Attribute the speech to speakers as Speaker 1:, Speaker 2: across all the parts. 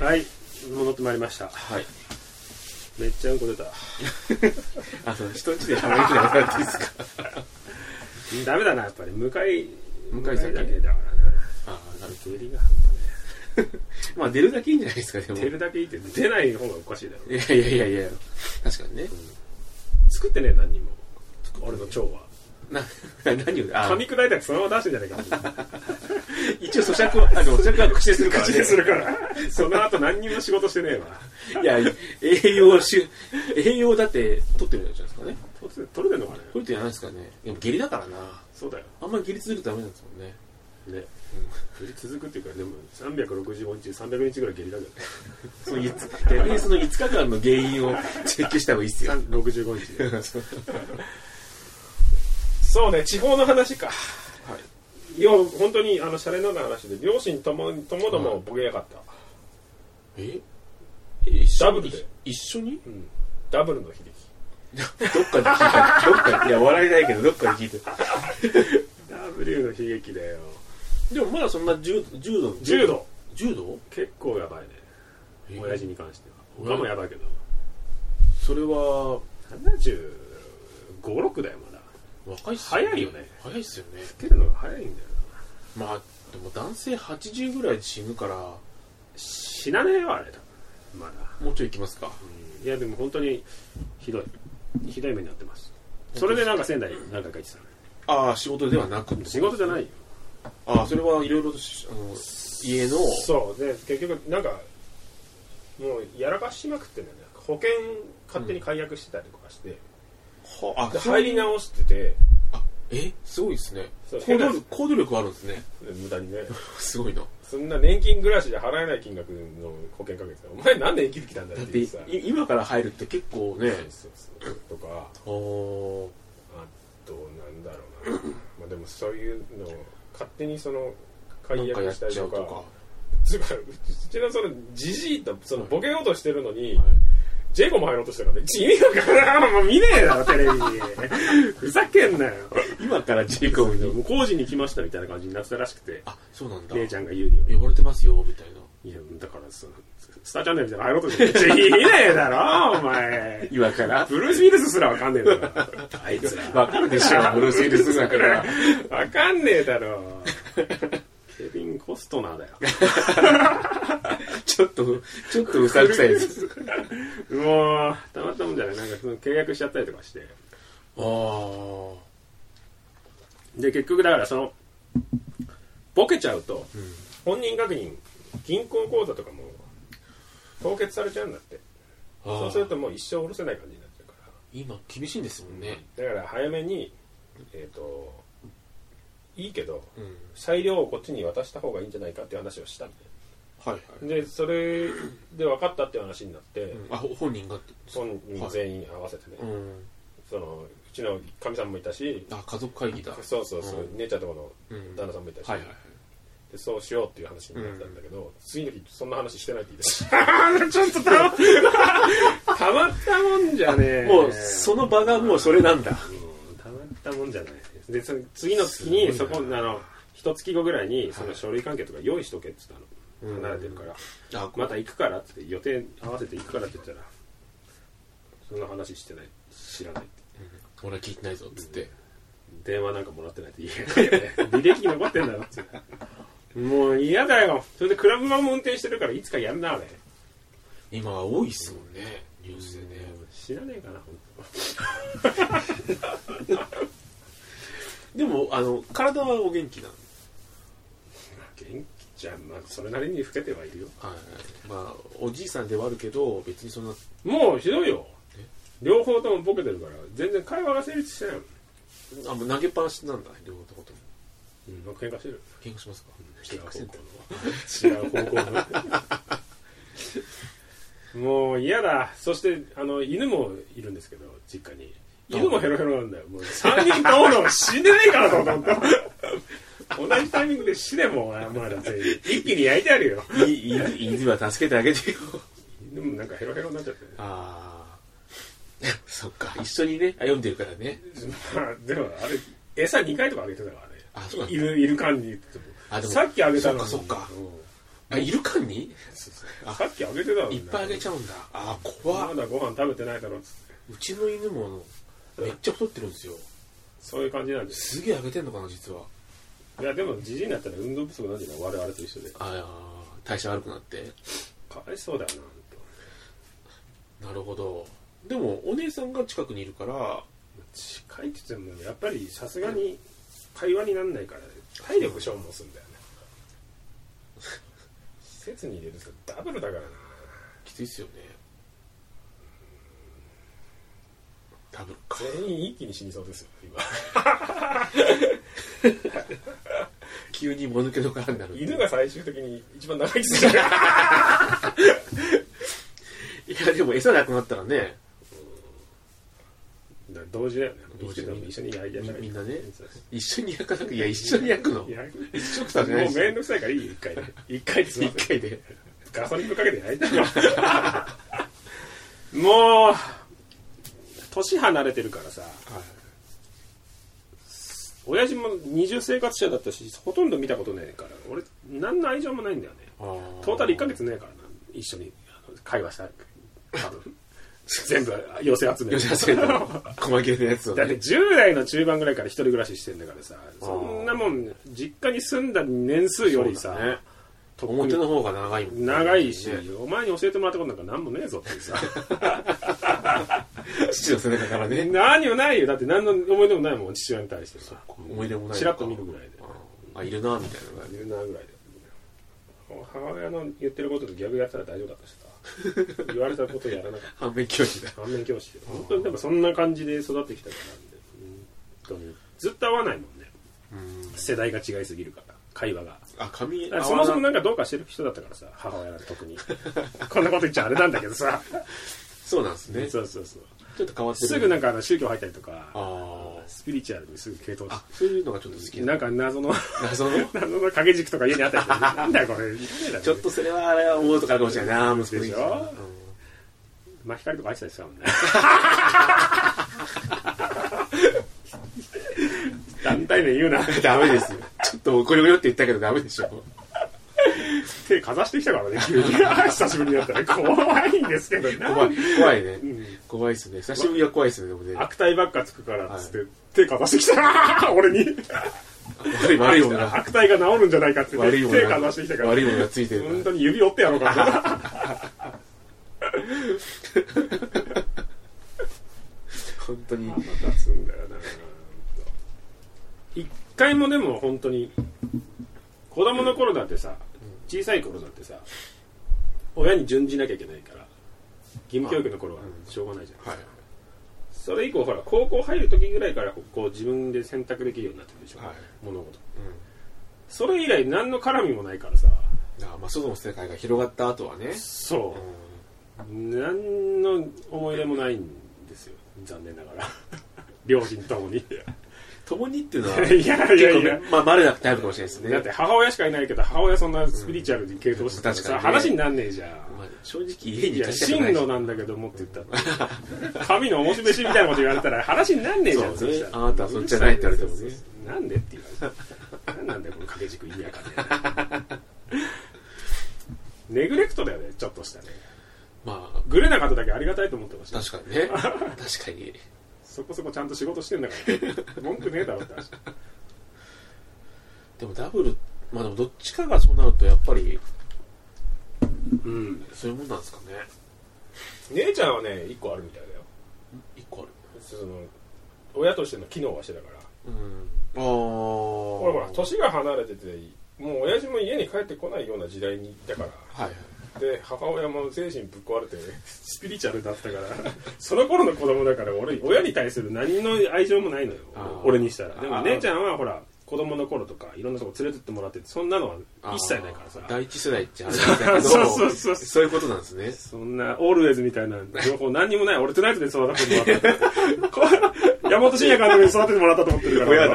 Speaker 1: はい戻ってまいりました
Speaker 2: はい。
Speaker 1: めっちゃうんこ出た
Speaker 2: あの、人んちで喋りきなさっていいですか
Speaker 1: ダメだなやっぱり向かい
Speaker 2: 向かい酒
Speaker 1: だけだからね
Speaker 2: ああ、なるほ
Speaker 1: 下痢が半端ね
Speaker 2: ど。まあ、出るだけいいんじゃないですか、でも。
Speaker 1: 出るだけいいって出ない方がおかしいだろ
Speaker 2: いやいやいやいや、確かにね。
Speaker 1: 作ってねえ何にも俺の腸は
Speaker 2: な、 何を、あ
Speaker 1: 噛み砕いたらそのまま出してんじゃないか
Speaker 2: 一 応咀嚼は、あ、でも咀嚼は 口でするから、
Speaker 1: 口でするから その後何にも仕事してねえわ
Speaker 2: いや、栄養をし、 栄養だって取ってるんじゃないですかね。
Speaker 1: 取れ取れてんのかね
Speaker 2: 取れてないですかね。でも下痢だからな。
Speaker 1: そうだよ
Speaker 2: あんまり下痢続くとダメなんですもんね。
Speaker 1: ね続くっていうかでも365日300日ぐらい下痢だけど
Speaker 2: そのいつ逆にその5日間の原因をチェックした方がいいっす よ。
Speaker 1: 365日で
Speaker 2: そう
Speaker 1: そうね地方の話か
Speaker 2: はい
Speaker 1: や本当にあのシャレのない話で両親ともともど
Speaker 2: は
Speaker 1: も
Speaker 2: い
Speaker 1: ボケやかった、
Speaker 2: い。え一緒
Speaker 1: ダ
Speaker 2: に
Speaker 1: ブルで
Speaker 2: 一緒に
Speaker 1: うん、ダブルの秀樹
Speaker 2: どっかで聞いた。どっかで、いや、笑えないけど、どっかで聞いた。
Speaker 1: W の悲劇だよ
Speaker 2: でもまだそんな柔柔道
Speaker 1: 柔道
Speaker 2: 柔道
Speaker 1: 結構やばいね親父に関しては
Speaker 2: うん
Speaker 1: 他もやばいけど
Speaker 2: それは、
Speaker 1: 756だよまだ
Speaker 2: 若いっす
Speaker 1: 早いよね。
Speaker 2: 早いっすよね。
Speaker 1: 蹴るのが早いんだよな
Speaker 2: まあ、でも男性80ぐらいで死ぬから、
Speaker 1: 死なねえよあれだまだ、
Speaker 2: もうちょい行きますか。
Speaker 1: いやでも本当にひどいひどい目に遭ってますそれでなんか仙台何回か行ってたね
Speaker 2: ああ、仕事ではなく
Speaker 1: 仕事じゃないよ
Speaker 2: ああ、それはいろいろとし、あの、家の、
Speaker 1: そうで結局なんかもうやらかしまくってんだよね保険勝手に解約してたりとかして、
Speaker 2: はあ、
Speaker 1: で
Speaker 2: そう
Speaker 1: 入
Speaker 2: いう
Speaker 1: り直してて
Speaker 2: あ、えすごいですね
Speaker 1: そう。
Speaker 2: 行動力、行動力あるんですね。
Speaker 1: 無駄にね
Speaker 2: すごいな。
Speaker 1: そんな年金暮らしで払えない金額の保険かけてたらお前なんで生きてきたんだよ
Speaker 2: だ
Speaker 1: っ
Speaker 2: ってて、
Speaker 1: いう
Speaker 2: い
Speaker 1: さ
Speaker 2: 今から入るって結構ね、
Speaker 1: そうそうそうとか
Speaker 2: おー
Speaker 1: あとなんだろうなまあでもそういうのを勝手にその
Speaker 2: な
Speaker 1: 解
Speaker 2: んかや
Speaker 1: 約
Speaker 2: っ
Speaker 1: したり
Speaker 2: ちゃ
Speaker 1: と
Speaker 2: うと
Speaker 1: か
Speaker 2: か。
Speaker 1: つうかうちのそのじじいとそのボケようとしてるのに、
Speaker 2: はい
Speaker 1: ジェイコも入ろうとしてるからね意味わからんもう見ねえだろテレビふざけんなよ
Speaker 2: 今からジェイコブに。
Speaker 1: う工事に来ましたみたいな感じになってたらしくて
Speaker 2: あ、そうなんだ。
Speaker 1: 姉ちゃんが言うには
Speaker 2: 呼ばれてますよ、みたいな。
Speaker 1: いやだからそのスターチャンネルみたいなの入ろうとしてる見ねえだろお前
Speaker 2: 今から
Speaker 1: ブルース・ウィルスすらわかんねえだろあいつら
Speaker 2: わかるでしょ、ブルース・ウィルスだから。
Speaker 1: わかんねえだろ。ケビン・コストナーだよ。
Speaker 2: ちょっと、ちょっとうさんくさいです。
Speaker 1: もう、たまったもんじゃない。なんかその契約しちゃったりとかして。
Speaker 2: ああ。
Speaker 1: で、結局だからその、ボケちゃうと、本人確認、銀行口座とかも凍結されちゃうんだって。
Speaker 2: そ
Speaker 1: そうう
Speaker 2: す
Speaker 1: す
Speaker 2: る
Speaker 1: る
Speaker 2: と
Speaker 1: ともう一生下ろせない感じになっちゃうか
Speaker 2: 今厳しいんですもんね。
Speaker 1: ら。だから早めに、えっ、と、いいけど、
Speaker 2: うん。
Speaker 1: 裁量をこっちに渡した方がいいんじゃないかっていう話をしたん
Speaker 2: はいはい。
Speaker 1: で。で、それで分かったっていう話になって、
Speaker 2: あ、ほ本人がって。
Speaker 1: 本人全員合わせてね、
Speaker 2: うん。
Speaker 1: そのうちのかみさんもいたし
Speaker 2: あ、家族会議だ。
Speaker 1: そうそうそう、
Speaker 2: うん
Speaker 1: 姉ちゃんとこ
Speaker 2: うん
Speaker 1: の旦那さんもいたし、
Speaker 2: はいはいはい。
Speaker 1: でそうしようっていう話になったんだけど、次の日そんな話してないって言って
Speaker 2: ちょっとた
Speaker 1: たたまったもんじゃねえ
Speaker 2: もう、その場がもうそれなんだ。
Speaker 1: うんたまったもんじゃないでその次の月に
Speaker 2: す
Speaker 1: そ
Speaker 2: ご
Speaker 1: こ
Speaker 2: い
Speaker 1: あ
Speaker 2: な
Speaker 1: の一月後ぐらいにその書類関係とか用意しとけって言ったの、
Speaker 2: うん
Speaker 1: 離れてるから
Speaker 2: あ、
Speaker 1: また行くからって予定合わせて行くからって言ったらそんな話してない知らないって
Speaker 2: 俺は聞いてないぞ、つって。
Speaker 1: 電話なんかもらってないって言えないよね 履歴残ってんだろってもう嫌だよそれでクラブマンも運転してるからいつかやるなあれ
Speaker 2: 今は多いっすもんね、ニュースでね。
Speaker 1: 知らねえかな本
Speaker 2: でも、あの、体はお元気なんで
Speaker 1: 当元気じゃんまあそれなりに老けてはいるよ
Speaker 2: はい、まあおじいさんではあるけど別にそんな
Speaker 1: もうひどいよ両方ともボケてるから全然会話が成立してないもん
Speaker 2: あもう投げっぱなしなんだ両方とことも
Speaker 1: うんなんか喧嘩してる
Speaker 2: 喧嘩しますか
Speaker 1: 違
Speaker 2: 喧嘩してんだ
Speaker 1: う方向の違う方向 のもう嫌だそしてあの犬もいるんですけど実家に犬もヘロヘロなんだよもう3人ともの死んでないからと思 った同じタイミングで死ねもうお前お前ら全員一気に焼いてやるよ
Speaker 2: いいいい犬は助けてあげてよ
Speaker 1: 犬もなんかヘロヘロになっちゃって
Speaker 2: ああそっか一緒にねあ読んでるからね
Speaker 1: まあ でもあれ餌2回とかあげてたからね
Speaker 2: あそうなんだ
Speaker 1: いるいる間に
Speaker 2: あでも
Speaker 1: さっきあげたのに
Speaker 2: そっかそっか
Speaker 1: うん
Speaker 2: あいる間に
Speaker 1: そうそう
Speaker 2: あ
Speaker 1: さっきあげてたの
Speaker 2: い
Speaker 1: に
Speaker 2: っぱいあげちゃうんだあー怖
Speaker 1: ま
Speaker 2: っ
Speaker 1: だご飯食べてないだろうっつって
Speaker 2: うちの犬もあのめっちゃ太ってるんですよ
Speaker 1: そういう感じなんです
Speaker 2: すげえあげてんのかな実はい
Speaker 1: やでもじじいになったら運動不足なんじゃない我々と一緒で
Speaker 2: あー代謝悪くなって
Speaker 1: かわいそうだよなほんと
Speaker 2: なるほどでもお姉さんが近くにいるから
Speaker 1: 近いって言ってもやっぱりさすがに会話になんないから体力消耗すんだよね施設に入れるとダブルだからな
Speaker 2: きついっすよねダブルか
Speaker 1: 全員一気に死にそうですよ今
Speaker 2: 急にもぬけの殻になる
Speaker 1: 犬が最終的に一番長生きする
Speaker 2: いやでも餌なくなったらね
Speaker 1: 同時だよね
Speaker 2: 同時だね
Speaker 1: 一緒に焼いて
Speaker 2: みんなね一緒に焼かなくいや一緒に焼くの
Speaker 1: 焼く
Speaker 2: 一緒く
Speaker 1: も
Speaker 2: た
Speaker 1: う
Speaker 2: じゃない
Speaker 1: めんどくさいからいいよ一回で一回で済ませ
Speaker 2: 一回で
Speaker 1: ガソリンぶっかけて焼いてみよう もう年離れてるからさ親父も二重生活者だったしほとんど見たことねえから俺何の愛情もないんだよねトータル1ヶ月ねえからな一緒にあの会話した多 分全部寄せ集め
Speaker 2: 吉田生の細切れのやつを
Speaker 1: だって
Speaker 2: ね
Speaker 1: 10代の中盤ぐらいから一人暮らししてんだからさそんなもん実家に住んだ年数より
Speaker 2: そ
Speaker 1: さ
Speaker 2: う、だね
Speaker 1: とっく
Speaker 2: 表
Speaker 1: に
Speaker 2: の方が長いもん
Speaker 1: 長いし、
Speaker 2: ね
Speaker 1: お前に教えてもらったことなんか何もねえぞっていうさ
Speaker 2: 父の背中からね
Speaker 1: 何もないよだって何の思い出もないもん父親に対してさ
Speaker 2: 思い出もない
Speaker 1: ちらっと見るぐらいで
Speaker 2: あいるなみたいな感じ
Speaker 1: 言うなぐらいで母親の言ってることと逆やったら大丈夫だとした言われたことやらなかっ
Speaker 2: 反面教師だ
Speaker 1: た反面教師本当にでもそんな感じで育ってきたからなんで本当にずっと合わないもんね世代が違いすぎるから会話が
Speaker 2: あ髪
Speaker 1: そもそも
Speaker 2: な
Speaker 1: なんかどうかしてる人だったからさ母親なんて 特にこんなこと言っちゃあれなんだけどさ
Speaker 2: そうなんですね
Speaker 1: そうそうそう
Speaker 2: ちょっと変わってる
Speaker 1: すぐなんかあの宗教入ったりとか
Speaker 2: あ
Speaker 1: スピリチュアルにすぐ系統し
Speaker 2: ああそういうのがちょっと好き
Speaker 1: てなんか謎の
Speaker 2: 謎の
Speaker 1: 謎の掛け軸とか家にあったりしてなんだよこれ
Speaker 2: ちょっとそれはあれは思うとかあるかもしれないな息子に
Speaker 1: でしょ
Speaker 2: うん
Speaker 1: まあ、光とか愛したりしたもん ね。団体名言うな。
Speaker 2: ダメですよ。ちょっとゴリゴリって言ったけどダメでしょ。
Speaker 1: 手かざしてきたからね、急に。 久しぶりになったら怖いんですけど、な
Speaker 2: 怖
Speaker 1: いん。
Speaker 2: 怖いね
Speaker 1: ん。
Speaker 2: 怖いっすね。久しぶりは怖いっすね、でもね。
Speaker 1: 悪態ばっかつくからっつって、手かざしてきた 俺に。
Speaker 2: 悪い、悪いものが。
Speaker 1: 悪態が治るんじゃないかって言っ
Speaker 2: 悪
Speaker 1: て
Speaker 2: いも
Speaker 1: 手
Speaker 2: の
Speaker 1: か
Speaker 2: が。
Speaker 1: ざしてきたから
Speaker 2: 悪い。ものがついてる
Speaker 1: 本
Speaker 2: か
Speaker 1: 当に指折ってやろうかな。
Speaker 2: ら。本当に。
Speaker 1: 腹立つんだよな。一回もでも本当に、子供の頃だってさ、小さい頃だってさ、親に準じなきゃいけないから、義務教育の頃はしょうがないじゃん。
Speaker 2: はい。
Speaker 1: それ以降ほら高校入る時ぐらいからこうこう自分で選択できるようになってるでしょ、
Speaker 2: はい
Speaker 1: 物事
Speaker 2: うん
Speaker 1: それ以来何の絡みもないからさ
Speaker 2: あまあ、外の世界が広がった後はね。
Speaker 1: そうう、何の思い出もないんですよ残念ながら 両親ともにい
Speaker 2: 共にっていうのは、
Speaker 1: やいやい
Speaker 2: 結
Speaker 1: や
Speaker 2: 構ね、まあ、稀なタイプかもしれないですね。
Speaker 1: だって母親しかいないけど母親そんなスピリチュアルに系統してたら
Speaker 2: う
Speaker 1: さ、
Speaker 2: ん確かにね
Speaker 1: 話になんねえじゃん
Speaker 2: まあ正直家
Speaker 1: い
Speaker 2: に
Speaker 1: や
Speaker 2: 確かにな
Speaker 1: 真
Speaker 2: い
Speaker 1: のなんだけどもって言ったら神のおもし飯みたいなこと言われたら話になんねえじゃん
Speaker 2: そうね
Speaker 1: したら
Speaker 2: あなたはそっちじゃないって言われてもね
Speaker 1: なんでって言われてなんなんだよこの掛け軸意味わかんね えなネグレクトだよねちょっとしたね
Speaker 2: まあ、
Speaker 1: グレなかっただけありがたいと思ってほしい
Speaker 2: 確かにね。確かに。
Speaker 1: そこそこちゃんと仕事してんだから文句ねえだろって話
Speaker 2: でもダブル、まあでもどっちかがそうなると、やっぱり、
Speaker 1: うん
Speaker 2: そういうもんなんですかね。
Speaker 1: 姉ちゃんはね一個あるみたいだよ
Speaker 2: 一個ある。
Speaker 1: その親としての機能はしてたから
Speaker 2: うん。ああ。ほ
Speaker 1: ほらほら年が離れててもう親父も家に帰ってこないような時代にいたから
Speaker 2: はいはい。
Speaker 1: で母親も精神ぶっ壊れて スピリチュアルだったから その頃の子供だから俺親に対する何の愛情もないのよ
Speaker 2: あー
Speaker 1: 俺にしたらで
Speaker 2: あ
Speaker 1: も
Speaker 2: ー
Speaker 1: 姉ちゃんはほら子供の頃とかいろんなとこ連れてってもらっててそんなのは一切ないからさ
Speaker 2: あー第一世代って話だけど
Speaker 1: そうそうそう
Speaker 2: そういうことなんですね
Speaker 1: そんなオールウェイズみたいな情報何にもない俺トゥナイトで育ててもらったこ山本慎也監督に育ててもらったと思ってるから
Speaker 2: 親代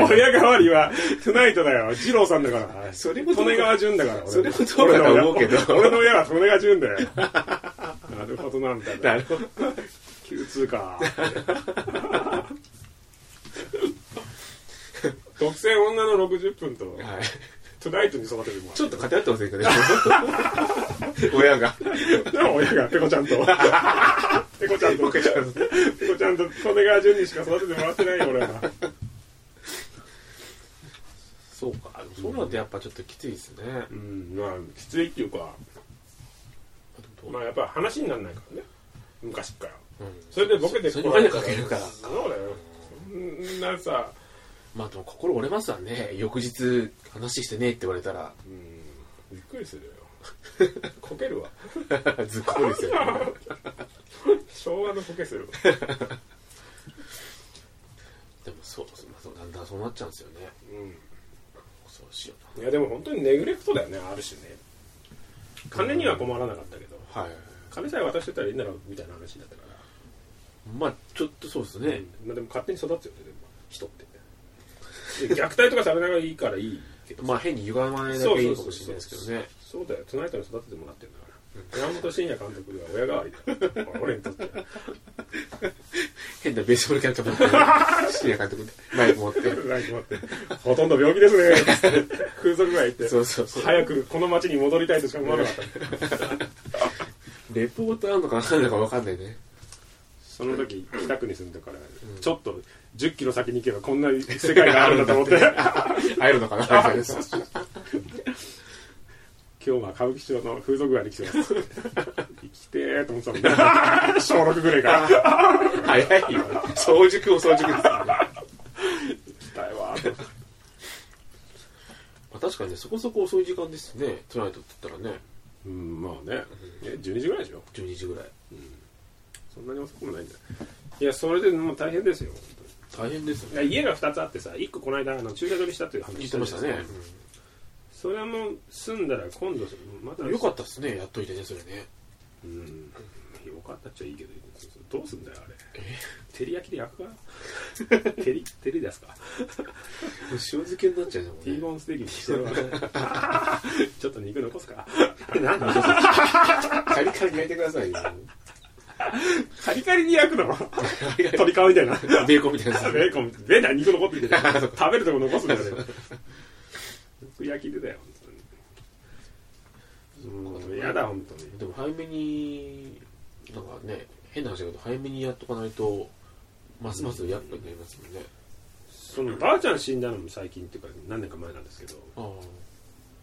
Speaker 2: わり
Speaker 1: 親代わりはトゥナイトだよ二郎さんだから
Speaker 2: それもどう
Speaker 1: 利根川潤だから
Speaker 2: それもどうかと思うけど
Speaker 1: 俺の親は利根川潤だよなるほどなみたいな
Speaker 2: なるほど
Speaker 1: Q2 か独占女の60分と
Speaker 2: はい
Speaker 1: トゥナイトに育ててもら
Speaker 2: ちょっと偏ってませんかね
Speaker 3: 親が。
Speaker 1: でも親がペコちゃんと ペコちゃんとペコちゃんと利根川淳にしか育ててもらってないよ俺は
Speaker 2: そうか。そうなるとやっぱちょっときついですね。
Speaker 1: うんまあきついっていうかまあやっぱ話にならないからね昔っから
Speaker 2: うん
Speaker 1: それでボケて
Speaker 2: そ
Speaker 1: こ
Speaker 2: れに
Speaker 1: られ
Speaker 2: 声
Speaker 1: た
Speaker 2: かけるから。
Speaker 1: そうだよそんなさ
Speaker 2: まあでも心折れますわね。翌日話してねえって言われたら、
Speaker 1: うんびっくりするよこけるわ
Speaker 2: ずっこいですよ。
Speaker 1: 昭和のこけするわ
Speaker 2: でもそう、まあそうだんだんそうなっちゃうんですよね。
Speaker 1: う
Speaker 2: 恐ろしいよ
Speaker 1: んいやでも本当にネグレクトだよねある種ね金には困らなかったけど
Speaker 2: な。はい。
Speaker 1: 金さえ渡してたらいいんだろうみたいな話だったから
Speaker 2: まあちょっとそうですね。
Speaker 1: まあ、でも勝手に育つよねでも人ってで虐待とかされないがいいからいいけど
Speaker 2: まあ変に歪まないだけいいかもしれないですけどね。
Speaker 1: そうだよトナイトに育ててもらってるんだから山本慎也監督が親代わりだ俺にとっては
Speaker 2: 変なベースボールキャッチャーも。シリア監督でナイフ持って。
Speaker 1: なんか待ってほとんど病気ですねつって風俗街行って
Speaker 2: そうそうそう。
Speaker 1: 早くこの町に戻りたいとしか思わなかった
Speaker 2: レポートあんのかなんのかわかんないね。
Speaker 1: その時北区に住んだから、ちょっと1 0キロ先に行けばこんな世界があるんだと思って
Speaker 2: 会えるのかなみたいな。
Speaker 1: 今日は歌舞伎町の風俗街に来てます生きてーと思ってたもん 小6ぐらいから
Speaker 2: 早いよ。早熟も早熟です、ね。
Speaker 1: だよわ
Speaker 2: まあ、確かにね、そこそこ遅い時間ですね。トライトって言ったらね、
Speaker 1: うんまあねえ12時ぐらいでしょ
Speaker 2: 12時ぐらい。
Speaker 1: そんなに遅くもないんだよいやそれでもう大変ですよ本当に
Speaker 2: 大変です
Speaker 1: い
Speaker 2: よ
Speaker 1: や
Speaker 2: ね。
Speaker 1: 家が2つあってさ1個この間あの駐車場にしたっていう話
Speaker 2: 言ってましたね。
Speaker 1: それはもう住んだら今度また
Speaker 2: うんよかったですね、やっといてね、それね。
Speaker 1: うんよかったっちゃいいけどどうすんだよあれ照り焼きで焼くか 照り照りですか
Speaker 2: 塩漬けになっちゃうね、も
Speaker 1: ティー
Speaker 2: ね。
Speaker 1: ボーンステーキにしてるわ ちょっと肉残すか
Speaker 2: あれなんだそうそうカリカリ焼いてくださいよ。
Speaker 1: カ リカリに焼くの鳥皮みたいな
Speaker 2: ベーコンみたいなや つ。
Speaker 1: ベーコン、ベーコン肉残ってきてる。食べるとこ残すんだよね。よく焼きでだよ、本当に。うん、やだ、本当に。
Speaker 2: でも早めに、なんかね、変な話だけど、早めにやっとかないと、ますます厄介になりますもんね。
Speaker 1: その、ばあちゃん死んだのも最近っていうか、何年か前なんですけど、
Speaker 2: ああ。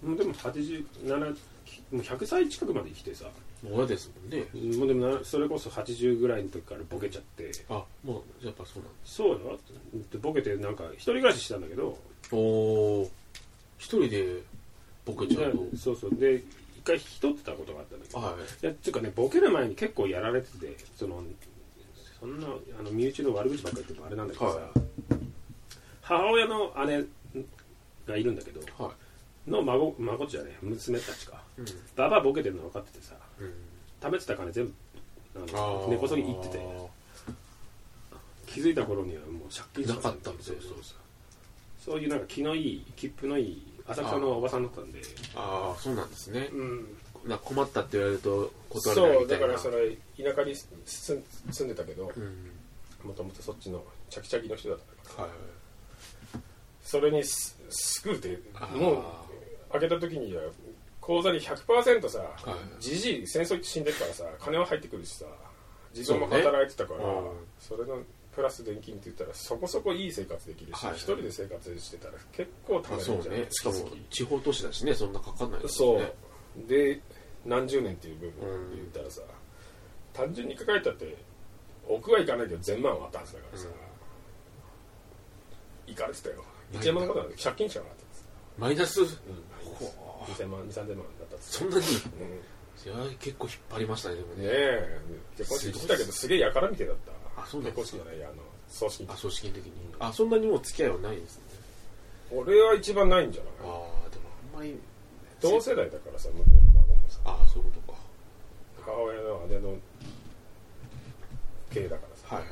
Speaker 1: もうでも87、もう100歳近くまで生きてさ、
Speaker 2: もう親ですもんね。
Speaker 1: もうでもな、それこそ80ぐらいの時からボケちゃって、
Speaker 2: あ、もう、やっぱそうなんだ。
Speaker 1: そうよってボケて、なんか、一人暮らししたんだけど、
Speaker 2: おー。一人でボケちゃう
Speaker 1: でそうそう、で、一回引き取ってたことがあったんだけど
Speaker 2: と。、はい。
Speaker 1: いやっていうかねボケる前に結構やられててそのそんなあの身内の悪口ばっかり言ってもあれなんだけどさ、
Speaker 2: は
Speaker 1: 母親の姉がいるんだけど
Speaker 2: はい。
Speaker 1: の孫孫じゃねえ娘たちか
Speaker 2: うん。
Speaker 1: ババアボケてるの分かっててさ
Speaker 2: うん
Speaker 1: 貯めてた金全部あの根こそぎ行ってて気づいた頃にはもう借金して
Speaker 2: なかったんですよ
Speaker 1: そうそうそうそういうなんか気のいい切符のいい浅草のおばさんだったんで
Speaker 2: ああそうなんですね
Speaker 1: うん
Speaker 2: な困ったって言われると断れない
Speaker 1: そう
Speaker 2: みた
Speaker 1: だ
Speaker 2: い
Speaker 1: か
Speaker 2: な
Speaker 1: らそれ田舎に住ん住んでたけど
Speaker 2: うん
Speaker 1: もともとそっちのチャキチャキの人だったから
Speaker 2: はい
Speaker 1: それにす救うて
Speaker 2: あー
Speaker 1: もう開けた時には口座に100%さ
Speaker 2: はい
Speaker 1: じじい戦争行って死んでるからさ金は入ってくるしさ自動も働いてたから
Speaker 2: そうね
Speaker 1: そ,、れのプラス現金って言ったらそこそこいい生活できるし一、
Speaker 2: はい
Speaker 1: 人で生活してたら結構貯
Speaker 2: ま
Speaker 1: め
Speaker 2: あ
Speaker 1: る
Speaker 2: そ
Speaker 1: ん
Speaker 2: う
Speaker 1: じゃない
Speaker 2: ねしかも地方都市だしねそんなかかんないです
Speaker 1: そ
Speaker 2: ね
Speaker 1: うで何十年っていう部分で言ったらさ、単純に抱えたって奥はいかないけど全万はあったんですだからさ、いかれてたよ1円万のことなんで借金しかなかったんです、
Speaker 2: マイナス
Speaker 1: うん、2000万2000万だったんです
Speaker 2: そんなにい
Speaker 1: うんね
Speaker 2: や結構引っ張りましたねでもね
Speaker 1: え結婚式来たけどすげえやからみてえだった
Speaker 2: あそうなん
Speaker 1: 結婚式
Speaker 2: ですか
Speaker 1: じゃないやあの葬式
Speaker 2: あ葬式の時にあそんなにもう付き合いはないんですね
Speaker 1: 俺は一番ないんじゃない
Speaker 2: ああでもあんまり
Speaker 1: 同世代だからさ向こうの孫もさ
Speaker 2: ああそういうことか
Speaker 1: 母親の姉の系だからさ
Speaker 2: はい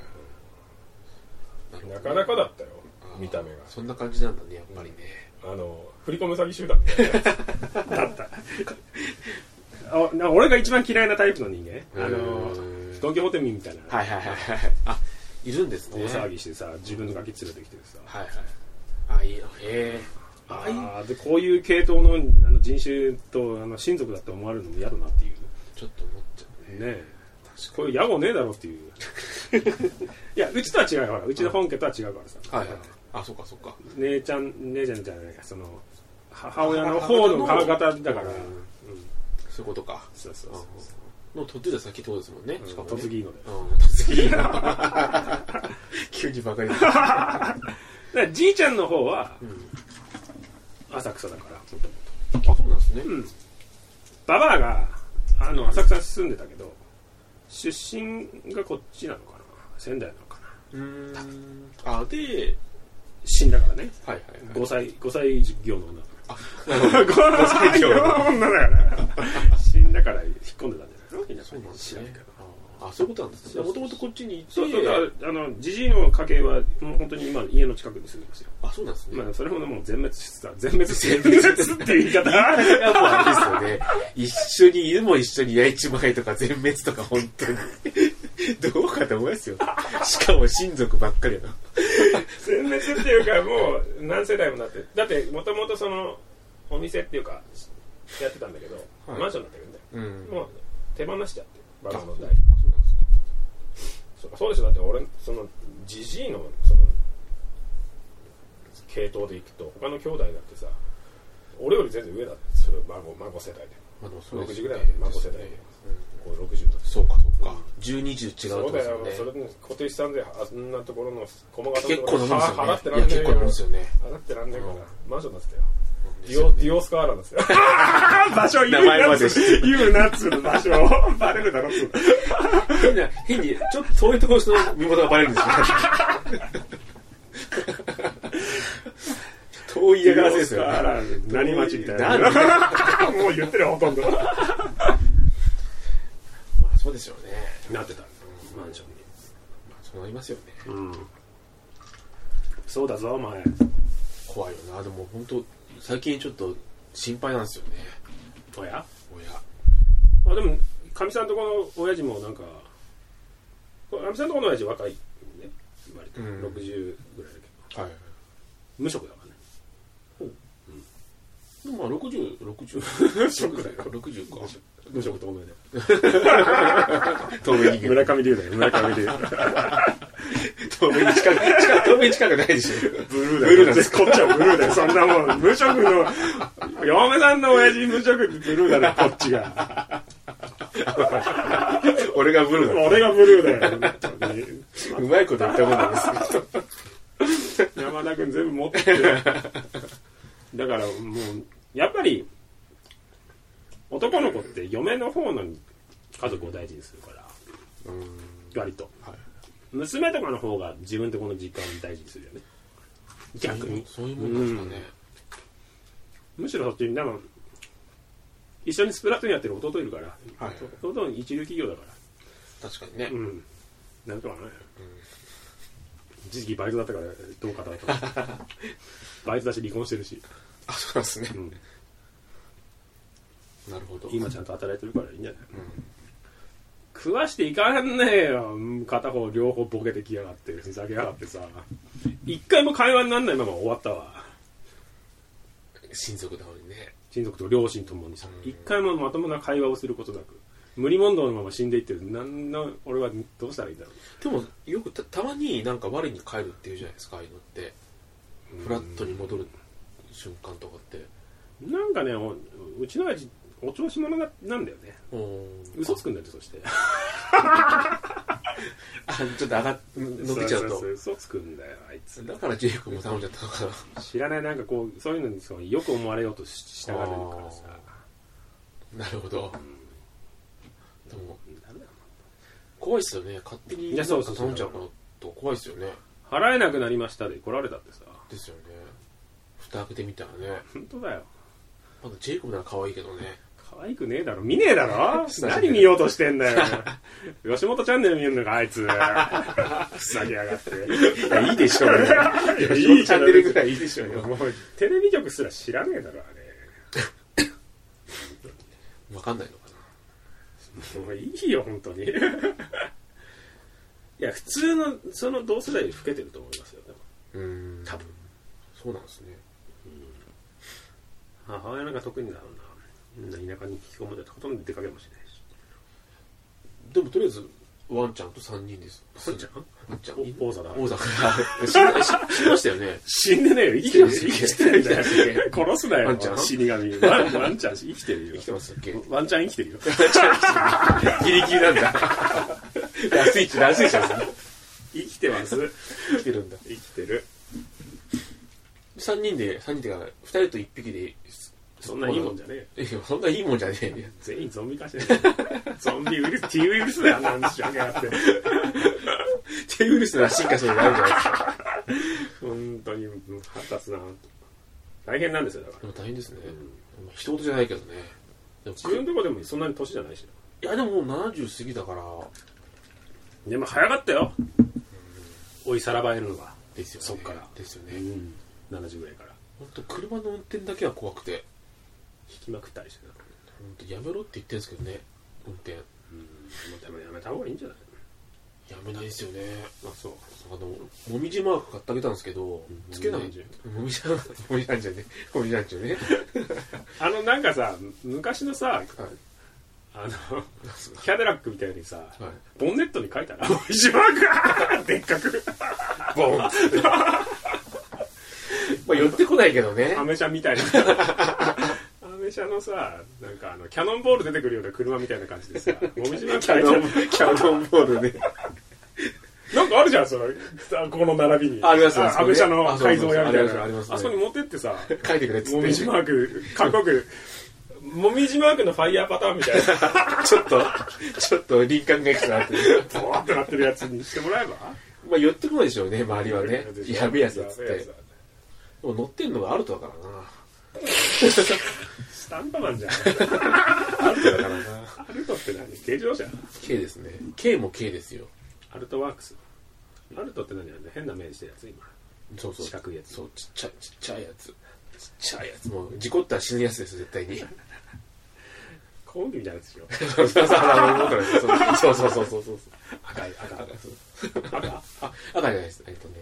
Speaker 2: るほど
Speaker 1: なかなかだったよ
Speaker 2: あー
Speaker 1: 見た目が
Speaker 2: そんな感じなんだねやっぱりね
Speaker 1: あの振り込め詐欺集団みたいなやつだったあな俺が一番嫌いなタイプの人間あの
Speaker 2: うん
Speaker 1: ドン・キホーテミンみたいな、
Speaker 2: はいはいはいはいあいるんです
Speaker 1: 大
Speaker 2: ね
Speaker 1: 騒ぎしてさ自分のガキ連れてきてさ
Speaker 2: はいはい。あ、いいよ。へえ。あいい。
Speaker 1: あーでこういう系統のあの人種とあの親族だって思われるのも嫌だなっていう
Speaker 2: ちょっと思っちゃう
Speaker 1: ね
Speaker 2: ね
Speaker 1: えこれ野暮ねえだろっていう いやうちとは違うよほらうちの本家とは違うからさ、
Speaker 2: はいはいあそっかそっか
Speaker 1: 姉ちゃん姉ちゃんじゃないかその母親の方の母方だから、
Speaker 2: う
Speaker 1: うん
Speaker 2: んそういうことか
Speaker 1: そうそうそうそう
Speaker 2: の途中で先ってことですもんねしかもね
Speaker 1: 嫁ぎので
Speaker 2: うん嫁ぎいいな 急にバカに なる
Speaker 1: だからじいちゃんの方は
Speaker 2: うん
Speaker 1: 浅草だから
Speaker 2: あそうなんですね
Speaker 1: うんババアがあの浅草に住んでたけど出身がこっちなのかな仙台なのかな
Speaker 2: うーんあで
Speaker 1: 死んだからね
Speaker 2: はいはい
Speaker 1: 5歳5歳授業の女
Speaker 2: はい
Speaker 1: 5歳業の女だから死んだから引っ込んでたんじゃないの
Speaker 2: そうなんです
Speaker 1: 知ら
Speaker 2: ね
Speaker 1: んけど
Speaker 2: あそういうことなんですねもともとこっちにいて
Speaker 1: そうそうああのじじいの家系はもう本当に今家の近くに住んでますよ
Speaker 2: あそうなんですね
Speaker 1: まあそれもねもう全滅しつつあ全滅全滅っていう言い方
Speaker 2: もうあれですよね。一緒に、犬も一緒に焼いちまえとか全滅とか本当に。 どうかと思いますよ。しかも親族ばっかりやな。
Speaker 1: 全滅っていうかもう何世代もなってだってもともとそのお店っていうかやってたんだけど、
Speaker 2: はい
Speaker 1: マンションだったけどね
Speaker 2: うん
Speaker 1: もう手放しちゃってバカの代
Speaker 2: そうなんですか。
Speaker 1: そうそうでしょだって俺そのじじいのその系統でいくと他の兄弟だってさ俺より全然上だってそれ孫孫世代で
Speaker 2: まあでもそうです
Speaker 1: 60
Speaker 2: よ
Speaker 1: ぐ
Speaker 2: ね
Speaker 1: らいだって孫世代でこう60と
Speaker 2: そうか、そうか。12時違うって
Speaker 1: そ
Speaker 2: こ
Speaker 1: う
Speaker 2: と
Speaker 1: だ
Speaker 2: で
Speaker 1: よ
Speaker 2: す、
Speaker 1: そ
Speaker 2: よ
Speaker 1: れ
Speaker 2: ね。
Speaker 1: で固定資産税あんなところの駒形
Speaker 2: 結
Speaker 1: のとこ
Speaker 2: 構
Speaker 1: ろ
Speaker 2: なもん
Speaker 1: は
Speaker 2: です
Speaker 1: 払って
Speaker 2: よ
Speaker 1: ら
Speaker 2: ね。い
Speaker 1: んねえ
Speaker 2: や、結構なもんですよね。
Speaker 1: 払ってらんねえから
Speaker 2: うん
Speaker 1: マンションだってたよディオ ディオスカーラですよ場所
Speaker 2: 名前まで
Speaker 1: 言うなっつうの場所バレるだろっつうの
Speaker 2: 変な、変に、ちょっとそういうところの身元がバレるんですよね。遠い嫌がらせですよね。
Speaker 1: 何町みたい
Speaker 2: なんで
Speaker 1: なもう言ってるよほとんど
Speaker 2: まあそうでしょうね。
Speaker 1: なってたマンションに
Speaker 2: まあそうなりますよね。
Speaker 1: うんそうだぞお前
Speaker 2: 怖いよなでも本当最近ちょっと心配なんですよね
Speaker 1: おや
Speaker 2: 親
Speaker 1: あでもかみさんとこの親父もなんかかみさんとこの親父若いね言われて、
Speaker 2: う
Speaker 1: 60ぐ
Speaker 2: ん
Speaker 1: らいだけど
Speaker 2: はい
Speaker 1: 無職だからね
Speaker 2: でもまあ6060
Speaker 1: 職だよ
Speaker 2: 60か
Speaker 1: 無職透明で
Speaker 2: 透明人間
Speaker 1: 上龍だよ村上龍
Speaker 2: 透明に近く近く透明に近くないでしょ
Speaker 1: ブルー
Speaker 2: だよ
Speaker 1: だよこっちはブルーだよそんなもん無職の嫁さんの親父無職ってブルーだろこっちが
Speaker 2: 俺がブルー だ
Speaker 1: 俺がブルーだよ本当に
Speaker 2: うまいこと言ったもんなんですけど
Speaker 1: 山田君全部持ってってだからもうやっぱり男の子って嫁の方の家族を大事にするから
Speaker 2: うん
Speaker 1: 割と
Speaker 2: はい
Speaker 1: 娘とかの方が自分とこの実家を大事にするよね逆に
Speaker 2: そういうもんなんですかね
Speaker 1: むしろそっちにでも一緒にスプラトゥーンやってる弟いるから、
Speaker 2: はい
Speaker 1: 弟一流企業だから
Speaker 2: 確かにね
Speaker 1: うんなんとかね、一時期バイトだったからどうかだと思 ってバイトだし離婚してるし、
Speaker 2: あそうなんですね
Speaker 1: うん
Speaker 2: なるほど
Speaker 1: 今ちゃんと働いてるからいいんじゃない、食わしていかんねえようん片方両方ボケてきやがってふざけやがってさ一回も会話になんないまま終わったわ
Speaker 2: 親族なのにね
Speaker 1: 親族と両親ともにさ
Speaker 2: うん
Speaker 1: 一回もまともな会話をすることなく無理問答のまま死んでいってるなんの俺はどうしたらいいんだろ
Speaker 2: でもよくたたまになんか我に帰るっていうじゃないですかああいうのって
Speaker 1: う
Speaker 2: フラットに戻る瞬間とかって
Speaker 1: なんかねおうちの親父お調子者ななんだよね
Speaker 2: うん
Speaker 1: 嘘つくんだよそ して
Speaker 2: あちょっと上がっ伸びちゃ
Speaker 1: そ
Speaker 2: う
Speaker 1: そ
Speaker 2: と
Speaker 1: そ嘘つくんだよあいつ
Speaker 2: だからジェイクも頼んじゃったのかな
Speaker 1: 知らないなんかこうそういうのにそのよく思われようとし従うからさ
Speaker 2: な るほど、でも
Speaker 1: ダメだよ
Speaker 2: 怖いっすよね勝手に
Speaker 1: いやそうそうそう
Speaker 2: 頼んじゃうのと怖いっすよね
Speaker 1: 払えなくなりましたで来られたってさ
Speaker 2: ですよね蓋開けてみたらね
Speaker 1: 本当だよ
Speaker 2: まだジェイコブなら可愛いけどね
Speaker 1: 可愛くねえだろ見ねえだろ
Speaker 2: そうだね
Speaker 1: 何見ようとしてんだ よ吉本チャンネル見るのかあいつふざけやがって
Speaker 2: いやいいでしょう ね
Speaker 1: いい
Speaker 2: チャンネルぐらいいいでしょうよ
Speaker 1: もうテレビ局すら知らねえだろあ
Speaker 2: 分かんないのか
Speaker 1: れもういいよ本当に いや普通のその同世代より老けてると思いますよでも
Speaker 2: なうん
Speaker 1: 多分
Speaker 2: そうなんですね
Speaker 1: 母親なんか特にだろうなみんな田舎に引きこもってほとんど出かけもしないし
Speaker 2: でもとりあえずワンちゃんと3人ですワンちゃんワンちゃん
Speaker 1: お王座だ
Speaker 2: 王座から死んだ死死にましたよね
Speaker 1: 死んでねえよ生きてるよ
Speaker 2: 生
Speaker 1: 生
Speaker 2: き
Speaker 1: き
Speaker 2: て
Speaker 1: て
Speaker 2: る
Speaker 1: る
Speaker 2: よ
Speaker 1: んだよ殺すな
Speaker 2: ワ
Speaker 1: よ
Speaker 2: ンちゃん
Speaker 1: 死神ワンワンちゃん生きてるよ
Speaker 2: 生きてましたっけ
Speaker 1: ワンちゃん生きてるよ
Speaker 2: ギリギリなんだラスイチラスイチなんだ
Speaker 1: 生きてます
Speaker 2: 生きてるんだ
Speaker 1: 生きてる
Speaker 2: 3人で3人っていうか2人と1匹で
Speaker 1: そんないいもんじゃねえよ
Speaker 2: えそんないいもんじゃねえよ
Speaker 1: 全員ゾンビ化してるゾンビウイルス T ウイルスだよなんしゃやって
Speaker 2: テウイルスなら進化するのがあるじゃないですか
Speaker 1: 本当に腹立つな大変なんですよだから
Speaker 2: でも大変ですね人事じゃないけどねでも
Speaker 1: 自分のとこでもそんなに年じゃないし
Speaker 2: いやでももう70過ぎだから
Speaker 1: でも早かったよ追いさらばえるのは
Speaker 2: ですよね
Speaker 1: そっから
Speaker 2: ですよね
Speaker 1: うん70ぐらいから
Speaker 2: 本当車の運転だけは怖くて
Speaker 1: 引きまくったりしてた
Speaker 2: 本当やめろって言ってるんですけどね運転や
Speaker 1: うんもうでもやめた方がいいんじゃない
Speaker 2: めないですよね
Speaker 1: あそう
Speaker 2: あのもみじマーク買ってあげたんですけど
Speaker 1: ん
Speaker 2: つけない
Speaker 1: もみじ
Speaker 2: もみじマークもみじなんじゃねもみじなんじゃね
Speaker 1: あのなんかさ昔のさ
Speaker 2: はい
Speaker 1: あ のキャデラックみたいにさ、
Speaker 2: い
Speaker 1: ボンネットに書いたら「一番か!」でっかく
Speaker 2: ボン まあ寄ってこないけどね
Speaker 1: アメ車みたいな アメ車のさなんかあのキャノンボール出てくるような車みたいな感じでさもみじま
Speaker 2: キャ
Speaker 1: 会
Speaker 2: ノン
Speaker 1: な
Speaker 2: キャノンボールね
Speaker 1: んかあるじゃんそのさこの並びに
Speaker 2: ありますね
Speaker 1: アメ車の改造屋みたい
Speaker 2: あそうそうそうあります
Speaker 1: な
Speaker 2: あります
Speaker 1: あそこに持ってってさ
Speaker 2: 書いてくれっつ
Speaker 1: も
Speaker 2: っ
Speaker 1: み
Speaker 2: て
Speaker 1: じマークかっこよくもみじマークのファイヤーパターンみたいな
Speaker 2: ちょっとちょっと林間が来たなって
Speaker 1: ボワーってなってるやつにしてもらえば
Speaker 2: まあ寄ってこないでしょうね周りは ねやべえやつだっつっ
Speaker 1: やべえ
Speaker 2: て
Speaker 1: やつだ
Speaker 2: でも乗ってんのがアルトだからな
Speaker 1: スタントマンじゃん
Speaker 2: アルトだからな
Speaker 1: アルトって何軽自動車
Speaker 2: K ですね K も K ですよ
Speaker 1: アルトワークスアルトって何あの変な面してるやつ今
Speaker 2: そうそう
Speaker 1: 四角いやつ
Speaker 2: そうちっちゃいちっちゃいやつちっちゃいやつもう事故ったら死ぬやつですよ絶対に
Speaker 1: コンビみたいなやつでしょ
Speaker 2: そうそうそうそうそうそうそうそう
Speaker 1: 赤い赤
Speaker 2: 赤そう
Speaker 1: 赤
Speaker 2: あ赤じゃないですえっとね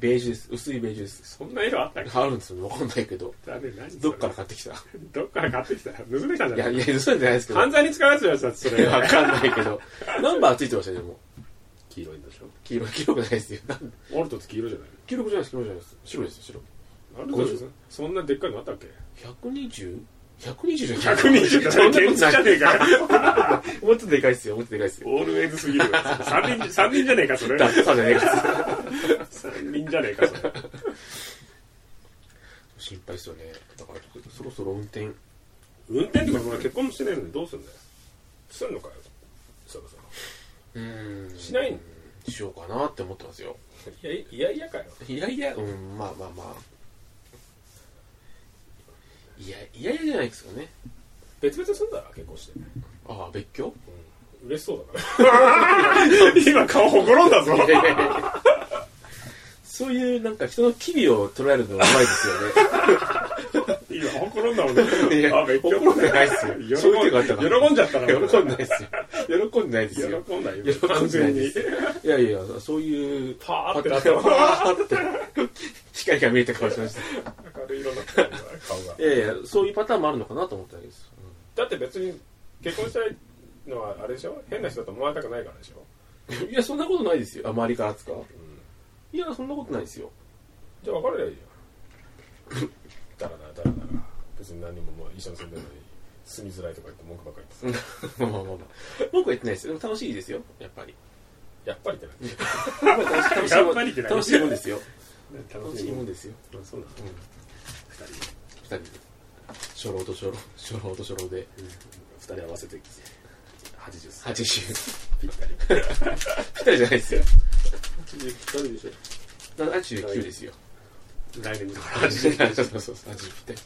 Speaker 2: ベージュです薄いベージュです
Speaker 1: そんな色あったっけ
Speaker 2: あるんですよわかんないけど
Speaker 1: だね何それ
Speaker 2: どっから買ってきたい
Speaker 1: どっから買ってきた盗んできたんじゃ
Speaker 2: や
Speaker 1: ないい
Speaker 2: やそうじゃないですけど
Speaker 1: 犯罪に使うやつのやつだってそれ
Speaker 2: わかんないけどナンバーついてましたねでも
Speaker 1: 黄色いんでしょ
Speaker 2: 黄色い黄色くないですよなん
Speaker 1: アルトって黄色じゃない
Speaker 2: 黄色くじゃないです黄色くじゃないです白ですよ白
Speaker 1: アルトってそんなでっかいのあったっけ
Speaker 2: 120?120 じゃない
Speaker 1: 120
Speaker 2: そんな
Speaker 1: って
Speaker 2: こと
Speaker 1: 現実
Speaker 2: な
Speaker 1: じゃ
Speaker 2: い
Speaker 1: ねえかよ
Speaker 2: もっとでかいっすよもっとでかいっすよ
Speaker 1: オールウェイズすぎる3人三人じゃねえかそれ
Speaker 2: ダッサじゃねえか
Speaker 1: 3人じゃねえかそれ
Speaker 2: 心配ですよねだからそろそろ運転
Speaker 1: 運転とかまだ結婚もしてないのにどうすんだよすんのかよそろそろ
Speaker 2: うん
Speaker 1: しないの
Speaker 2: しようかなって思ってますよ
Speaker 1: いやいやいやかよ
Speaker 2: いやいやうんまあまあまあいやいやいやじゃないですよね
Speaker 1: 別々すんだら結婚して
Speaker 2: ああ別居
Speaker 1: 嬉しそうだから 今顔ほころんだぞ
Speaker 2: いやいやいやそういうなんか人の機微を捉えるのがうまいですよね
Speaker 1: 今ほころんだもんね
Speaker 2: い や、
Speaker 1: あめっちゃ
Speaker 2: 怒んでないっ す
Speaker 1: 喜
Speaker 2: よ。そういう手があったから。
Speaker 1: ん喜んじゃったな
Speaker 2: 喜んでないっすよ。喜んでないですよ。
Speaker 1: 喜んだよ
Speaker 2: 喜んでない
Speaker 1: 完全
Speaker 2: で
Speaker 1: に
Speaker 2: すいやいや、そういう、
Speaker 1: パーって
Speaker 2: パ
Speaker 1: なってます
Speaker 2: ーって、光が見えた顔しました。
Speaker 1: 明るい色になってるから顔が
Speaker 2: いやいや、そういうパターンもあるのかなと思ったわけです。
Speaker 1: だって別に結婚したいのはあれでしょ変な人だと思われたくないからでしょ
Speaker 2: いや、そんなことないですよ。あ、周りからですかいや、そんなことないですよ。
Speaker 1: じゃあ別れりゃいいよだらだらだらだら別に何ももう一緒に住んでるのに住みづらいとか言って文句ばっかり言ってさ
Speaker 2: まあまあまあ。 僕は言ってないですよ。でも楽しいですよ、やっぱり。
Speaker 1: やっぱりってな
Speaker 2: やっぱり 楽し楽しいも
Speaker 1: やっぱりって
Speaker 2: ん
Speaker 1: ない
Speaker 2: 楽しいもんですよ。
Speaker 1: 楽
Speaker 2: 楽しいもんですよ。
Speaker 1: あそうなの
Speaker 2: うん
Speaker 1: 二人
Speaker 2: 二人で。初老と初老、初老と初老で。
Speaker 1: 二人合わせて80歳
Speaker 2: 80。
Speaker 1: ぴったり
Speaker 2: 二人じゃないですよ。
Speaker 1: 80でしょ
Speaker 2: 79ですよ。
Speaker 1: 来年だか
Speaker 2: そうそうそう、80点。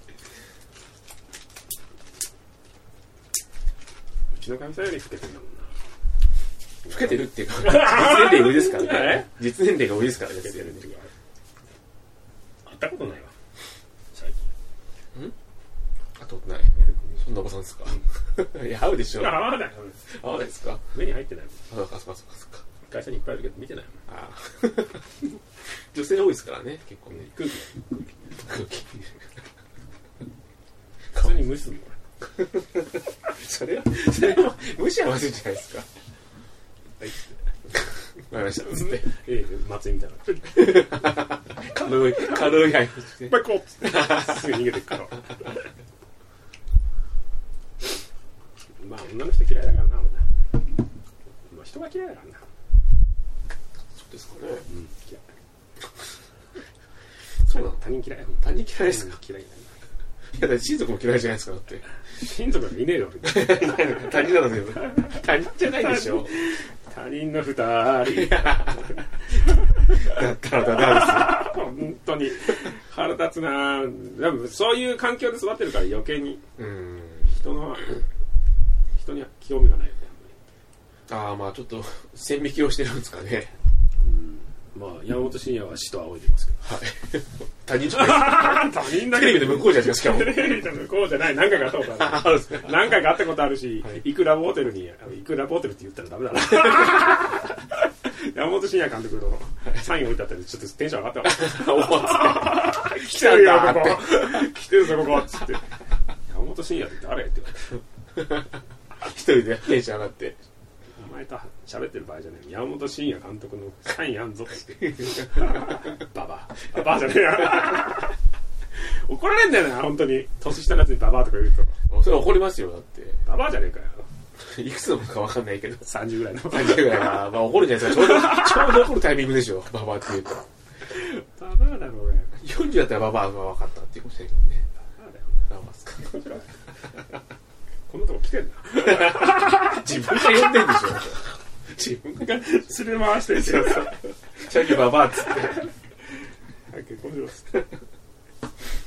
Speaker 1: うちのかみさんより老けてんだもんな
Speaker 2: 老けてるっていうか、実年齢上です からね
Speaker 1: え。
Speaker 2: 実年齢が上ですからね。
Speaker 1: 老けてるっていうか会ったことないわ最近
Speaker 2: あとない。そんなおばさんですかいや、合うでしょ。
Speaker 1: ああだよ
Speaker 2: 合わないですか
Speaker 1: 目に入ってないもん
Speaker 2: あ、そうか、そうか、そうかそうか。
Speaker 1: 会社にいっぱいいるけど見てないもん
Speaker 2: あー 女性多いですからね、結構 ね。
Speaker 1: 空気
Speaker 2: 空気。
Speaker 1: 普通に無視するもん
Speaker 2: それは、それは、無視はまずいじゃないですか。
Speaker 1: はいっつっ
Speaker 2: わかりました。つってて。
Speaker 1: ええ松井みたいな
Speaker 2: 軽い、軽い配布して。
Speaker 1: バイコッつってすぐ逃げてくからまあ女の人嫌いだからな俺な、まあ、人が嫌いだからな、
Speaker 2: そうですかね。
Speaker 1: うん、嫌い
Speaker 2: そうなの
Speaker 1: 他人嫌いだ
Speaker 2: 他人嫌いですか
Speaker 1: 嫌いだ
Speaker 2: いや、だって親族も嫌いじゃないですか、だって。
Speaker 1: 親族はいねえよ俺
Speaker 2: 他人なので。他人じゃないでしょ。
Speaker 1: 他人の二人
Speaker 2: だったらだな
Speaker 1: 本当に腹立つなでもそういう環境で育ってるから余計に
Speaker 2: です。うん。
Speaker 1: 人の人には興味がないよね
Speaker 2: ああ、まあちょっと、線引きをしてるんですかね。
Speaker 1: まあ山本慎也は死と仰いでますけど
Speaker 2: はい。他人じゃないですか。
Speaker 1: 他人
Speaker 2: テレビで向こうじゃないですか、しかも。
Speaker 1: テレビで向こうじ ゃない何回かあったこと あ
Speaker 2: あるんですか
Speaker 1: る何回かあったことあるし、
Speaker 2: はい
Speaker 1: い、くらホテルにあのいくらホテルって言ったらダメだ な山本慎也監督のサイン置いてあったりちょっとテンション上がったわ
Speaker 2: おーっつって。 来
Speaker 1: 来て
Speaker 2: た
Speaker 1: るよ
Speaker 2: んだ
Speaker 1: こ
Speaker 2: っ
Speaker 1: こ
Speaker 2: て。
Speaker 1: 来てるぞここっつって山本慎也って誰って言われて
Speaker 2: 一人でテンション上がって。
Speaker 1: お前と喋ってる場合じゃない山本慎也監督のサインあんぞってババアババアじゃねえや 怒られんだよな本当に年下のやつにババアとか言うと
Speaker 2: それ怒りますよ、だって。
Speaker 1: ババアじゃねえかよ
Speaker 2: いくつのかわかんないけど。
Speaker 1: 30ぐらいの
Speaker 2: 30ぐらいな。まあ怒るじゃないですか。ちょうど、ちょうど怒るタイミングでしょ。ババアって言うと。
Speaker 1: ババアだろ俺バ
Speaker 2: 40だったらババアが分かったっていうことだけどね。
Speaker 1: バアだ
Speaker 2: ババアっすか。
Speaker 1: よこのとこ来てんな
Speaker 2: 自分が呼んでんでしょ。自分が、
Speaker 1: すり回してるじゃん
Speaker 2: チャキババアっつって。
Speaker 1: 結婚しろっつって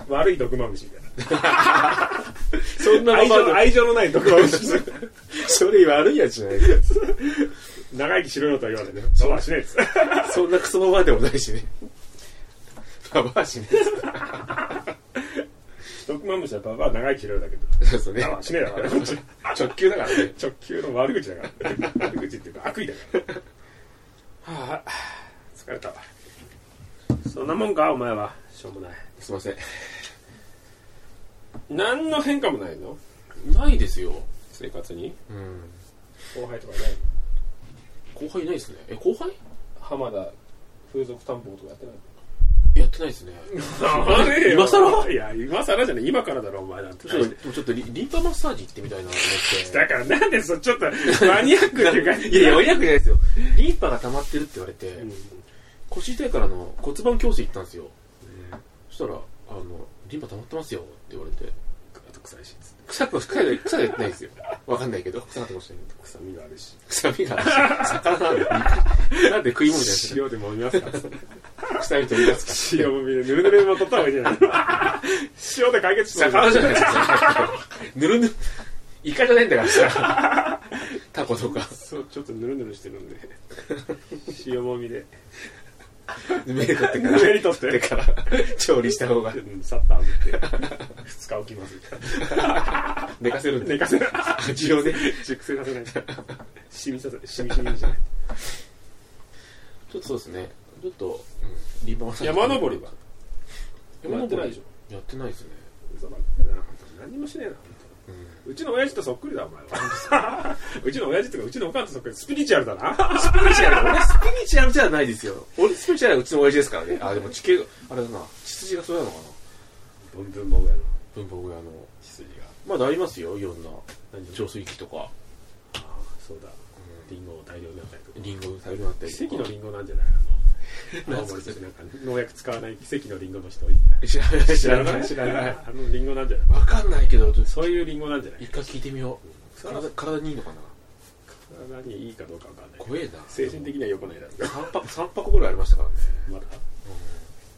Speaker 1: 悪い毒まぶしみたい
Speaker 2: そんな
Speaker 1: な
Speaker 2: バ
Speaker 1: 愛
Speaker 2: バア
Speaker 1: 情
Speaker 2: だ
Speaker 1: 愛情のない毒まぶし
Speaker 2: それ悪いやつじゃないですか
Speaker 1: 長生きしろよとは言われてねババアしないっつって
Speaker 2: そんなクソババアでもないしね。ババアしねえです
Speaker 1: 毒まぶしはババア長生きしろよだけど
Speaker 2: そうそうね。
Speaker 1: ババアしねえだ から
Speaker 2: 直球だからね。
Speaker 1: 直球の悪口だから悪口っていうか悪意だからはあ疲れたわそんなもんかお前はしょうもない
Speaker 2: すいません。
Speaker 1: 何の変化もないの
Speaker 2: ないですよ。
Speaker 1: 生活に
Speaker 2: うん。
Speaker 1: 後輩とかない
Speaker 2: 後輩いないですね。え、後輩
Speaker 1: 浜田風俗担保とかやってない
Speaker 2: やってないです ね。
Speaker 1: の
Speaker 2: えよ
Speaker 1: 今更いや今更じゃない今からだろお前なんて
Speaker 2: ちょっと、でもちょっとリリンパマッサージ行ってみたいなと思って。
Speaker 1: だからなんでそちょっとマニアックっていうか
Speaker 2: いやいや、マニアックじゃないですよ。リンパが溜まってるって言われて、
Speaker 1: うん
Speaker 2: 腰痛いからあの骨盤矯正行ったんですよ。そしたら、あの、リンパ溜まってますよって言われて。
Speaker 1: あと臭いしつって
Speaker 2: 臭く、臭い、臭いは言ってないですよ。わかんないけど、臭かってましたけど。
Speaker 1: 臭みがあるし
Speaker 2: 臭みが、魚なんで、なんで食い物じゃないですか。
Speaker 1: 塩でもみます か
Speaker 2: 臭みと言いますか。
Speaker 1: 塩もみでぬるぬるも取った方がいい じゃない塩で解決し
Speaker 2: 魚じゃないですか。ぬるぬる、イカじゃないんだからさ。タコとか。
Speaker 1: そうちょっとぬるぬるしてる んで塩もみで
Speaker 2: ぬめり取ってか
Speaker 1: ぬ
Speaker 2: ら、
Speaker 1: めり取っ
Speaker 2: 取って
Speaker 1: て
Speaker 2: から、調理した方が、
Speaker 1: うんさっと炙って2日置きますみたい
Speaker 2: 寝かせるん
Speaker 1: な
Speaker 2: で。
Speaker 1: 寝かせない
Speaker 2: 味をね。
Speaker 1: 熟成させない染みさせ染み染みじゃない
Speaker 2: ちょっとそうですね。ちょっと、うん、リバーサ
Speaker 1: 山登りは
Speaker 2: 山登り
Speaker 1: やってないでし
Speaker 2: ょ。やってないですね。
Speaker 1: 嘘ばっかりだな本当に何にもしねえな本当にうちの親父とそっくりだお前は うちの親父とかうちのおかんとそっくりスピリチュアルだな
Speaker 2: スピリチュアル、俺スピリチュアルじゃないですよ。俺スピリチュアルはうちの親父ですからね。あ、でも地形が、あれだな、血筋がそうなのかな。
Speaker 1: ブンブン坊やの
Speaker 2: 文房具屋の。
Speaker 1: 血筋が
Speaker 2: まだありますよ、いろんな。
Speaker 1: 何
Speaker 2: 浄水器とか、
Speaker 1: ああそうだリンゴを大量になったりとか
Speaker 2: リンゴ食べるようになったり
Speaker 1: 奇
Speaker 2: と
Speaker 1: 跡
Speaker 2: か。
Speaker 1: のリンゴなんじゃないあの
Speaker 2: なん
Speaker 1: 青
Speaker 2: すか
Speaker 1: 森
Speaker 2: それ
Speaker 1: 市なんか農薬使わない奇跡のリンゴの人
Speaker 2: 知らない、 知
Speaker 1: 知
Speaker 2: らない、知
Speaker 1: 知
Speaker 2: ら
Speaker 1: ら
Speaker 2: な
Speaker 1: ないい。あのリンゴなんじゃない
Speaker 2: わかんないけど、ちょっと
Speaker 1: そういうリンゴなんじゃない
Speaker 2: 一回聞いてみよう。
Speaker 1: そう
Speaker 2: 体、体にいいのかな
Speaker 1: 体にいいかどうかわかんない
Speaker 2: 怖えな。
Speaker 1: 精神的には良くないだろうけど
Speaker 2: 三箱、三箱ぐらいありましたからね。
Speaker 1: まだ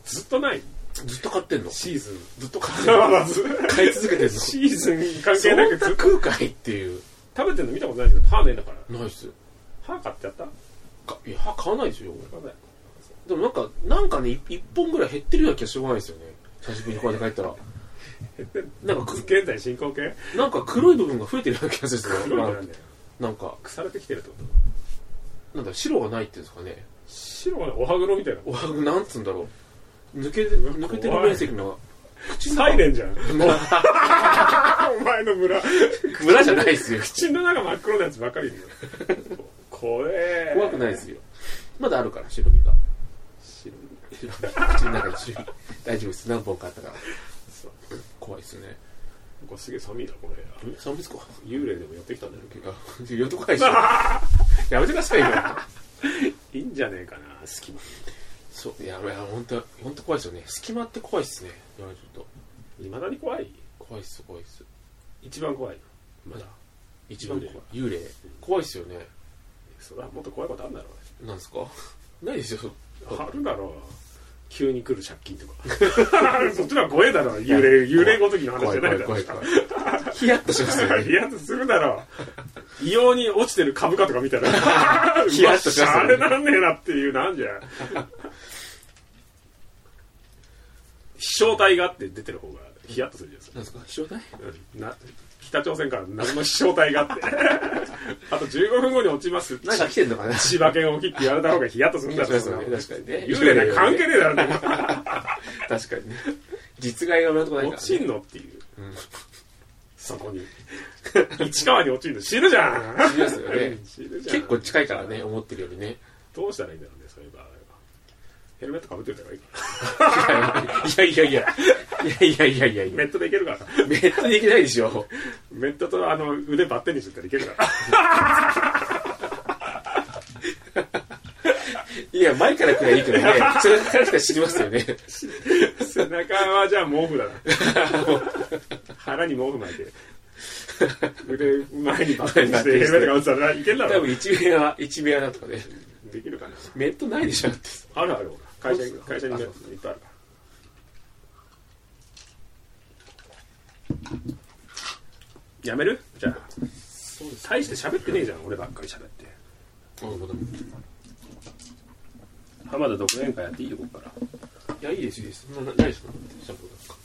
Speaker 1: ずっとない
Speaker 2: ずっと買って んの
Speaker 1: シーズン
Speaker 2: ずっと買ってんの
Speaker 1: シ
Speaker 2: 買い続けてんの
Speaker 1: ーズン 関係なくずっと
Speaker 2: 食うかいっていう。
Speaker 1: 食べてるの見たことないけど歯ねえんだから
Speaker 2: ないっす。
Speaker 1: 歯買ってやった
Speaker 2: かいや、歯買わないですよ。でもなんか、なんかね、い一本ぐらい減ってるような気がしてこないですよね。久しぶりにこうやって帰ったら。なんかく、
Speaker 1: 現在進行形
Speaker 2: なんか黒い部分が増えてるような気がするんです
Speaker 1: 黒
Speaker 2: よ。
Speaker 1: いの
Speaker 2: な
Speaker 1: なんん
Speaker 2: か
Speaker 1: だよ
Speaker 2: なんか、
Speaker 1: 腐れてきてるってこと
Speaker 2: なんだ、白がないっていうんですかね。
Speaker 1: 白がお歯黒みたいな
Speaker 2: おはぐ、なんつうんだろう。抜けて、
Speaker 1: うわ
Speaker 2: 抜けてる面積の、口の
Speaker 1: サイ
Speaker 2: 中
Speaker 1: レンじゃんお前の村
Speaker 2: 村じゃないですよ。
Speaker 1: 口の中真っ黒なやつばっかりいるよこ怖え
Speaker 2: 怖くないですよまだあるから白身が 白身白身口の中に白身大丈夫です何本かあったから
Speaker 1: そう
Speaker 2: 怖いですね
Speaker 1: これすげえ寒いなこれ
Speaker 2: ん寒いですか
Speaker 1: 幽霊でも寄ってきたんだよ
Speaker 2: あよとこないしょやめてくださいよ
Speaker 1: いいんじゃねえかな隙間
Speaker 2: そういやいや本当本当怖いですよね隙間って怖いですねいやちょっと
Speaker 1: いまだに怖い
Speaker 2: 怖いっす怖いっす
Speaker 1: 一番怖いまだ
Speaker 2: 一番怖い幽霊怖いっすよね
Speaker 1: それはもっと怖いことあるんだろ
Speaker 2: なんですかないですよ
Speaker 1: うねあるだろう急に来る借金とか そっちの方が怖えだろ幽霊幽霊ごときの話
Speaker 2: 怖
Speaker 1: じ
Speaker 2: い
Speaker 1: ゃな
Speaker 2: 怖
Speaker 1: い
Speaker 2: い
Speaker 1: だ
Speaker 2: 怖
Speaker 1: ろ
Speaker 2: い怖いヒヤッとしますよね
Speaker 1: いやするだろう異様に落ちてる株価とか見たら
Speaker 2: ヒヤッとします
Speaker 1: あ
Speaker 2: よ
Speaker 1: れ
Speaker 2: ね
Speaker 1: なんねえなっていうなんじゃ飛翔体があって出てる方がヒヤッとするじゃないですか
Speaker 2: なんですか飛翔体
Speaker 1: な北朝鮮から謎の飛翔体があって あと15分後に落ちます
Speaker 2: なんか来てんのかな
Speaker 1: 千葉県沖って言われた方がヒヤッとするんだろ
Speaker 2: そうそう確かにね
Speaker 1: 幽霊なんか関係ねえだろでも
Speaker 2: 確かにね実害が今のとこないか
Speaker 1: 落
Speaker 2: ら、
Speaker 1: ち
Speaker 2: ね、
Speaker 1: んのっていう、そこに 市川に落ちるの死ぬじゃん
Speaker 2: 死にますよね
Speaker 1: うん 死ぬじゃん
Speaker 2: 結構近いからね思ってるよりね
Speaker 1: どうしたらいいんだろうねそういう場合はヘルメットかぶってた方がいいか
Speaker 2: いやいやいやいやいやいやい
Speaker 1: な
Speaker 2: や
Speaker 1: メットでいけるから
Speaker 2: めったにできないでしょ
Speaker 1: メットとあの腕バッテンにしてたらいけるから
Speaker 2: いや前からくらいいいけどね それからしか知りますよね
Speaker 1: 背中はじゃあ毛布だな腹に毛布巻いて 腕前にバッテンにしてヘルメットかぶってたらいけるだ
Speaker 2: 多
Speaker 1: ろ
Speaker 2: 分一面は一面はなんとかね
Speaker 1: できるかな
Speaker 2: メットないでしょだって
Speaker 1: あるあるほら会社に
Speaker 2: そうっすか
Speaker 1: 会社に
Speaker 2: あ
Speaker 1: メ
Speaker 2: そ
Speaker 1: ッ
Speaker 2: うっ
Speaker 1: トいっぱいあるからやめるじゃあ
Speaker 2: そうです
Speaker 1: 大して喋ってねえじゃん俺ばっかり喋って浜田独演会やっていいよここから
Speaker 2: いやいいですいいですそんなないですかシャンプーなんか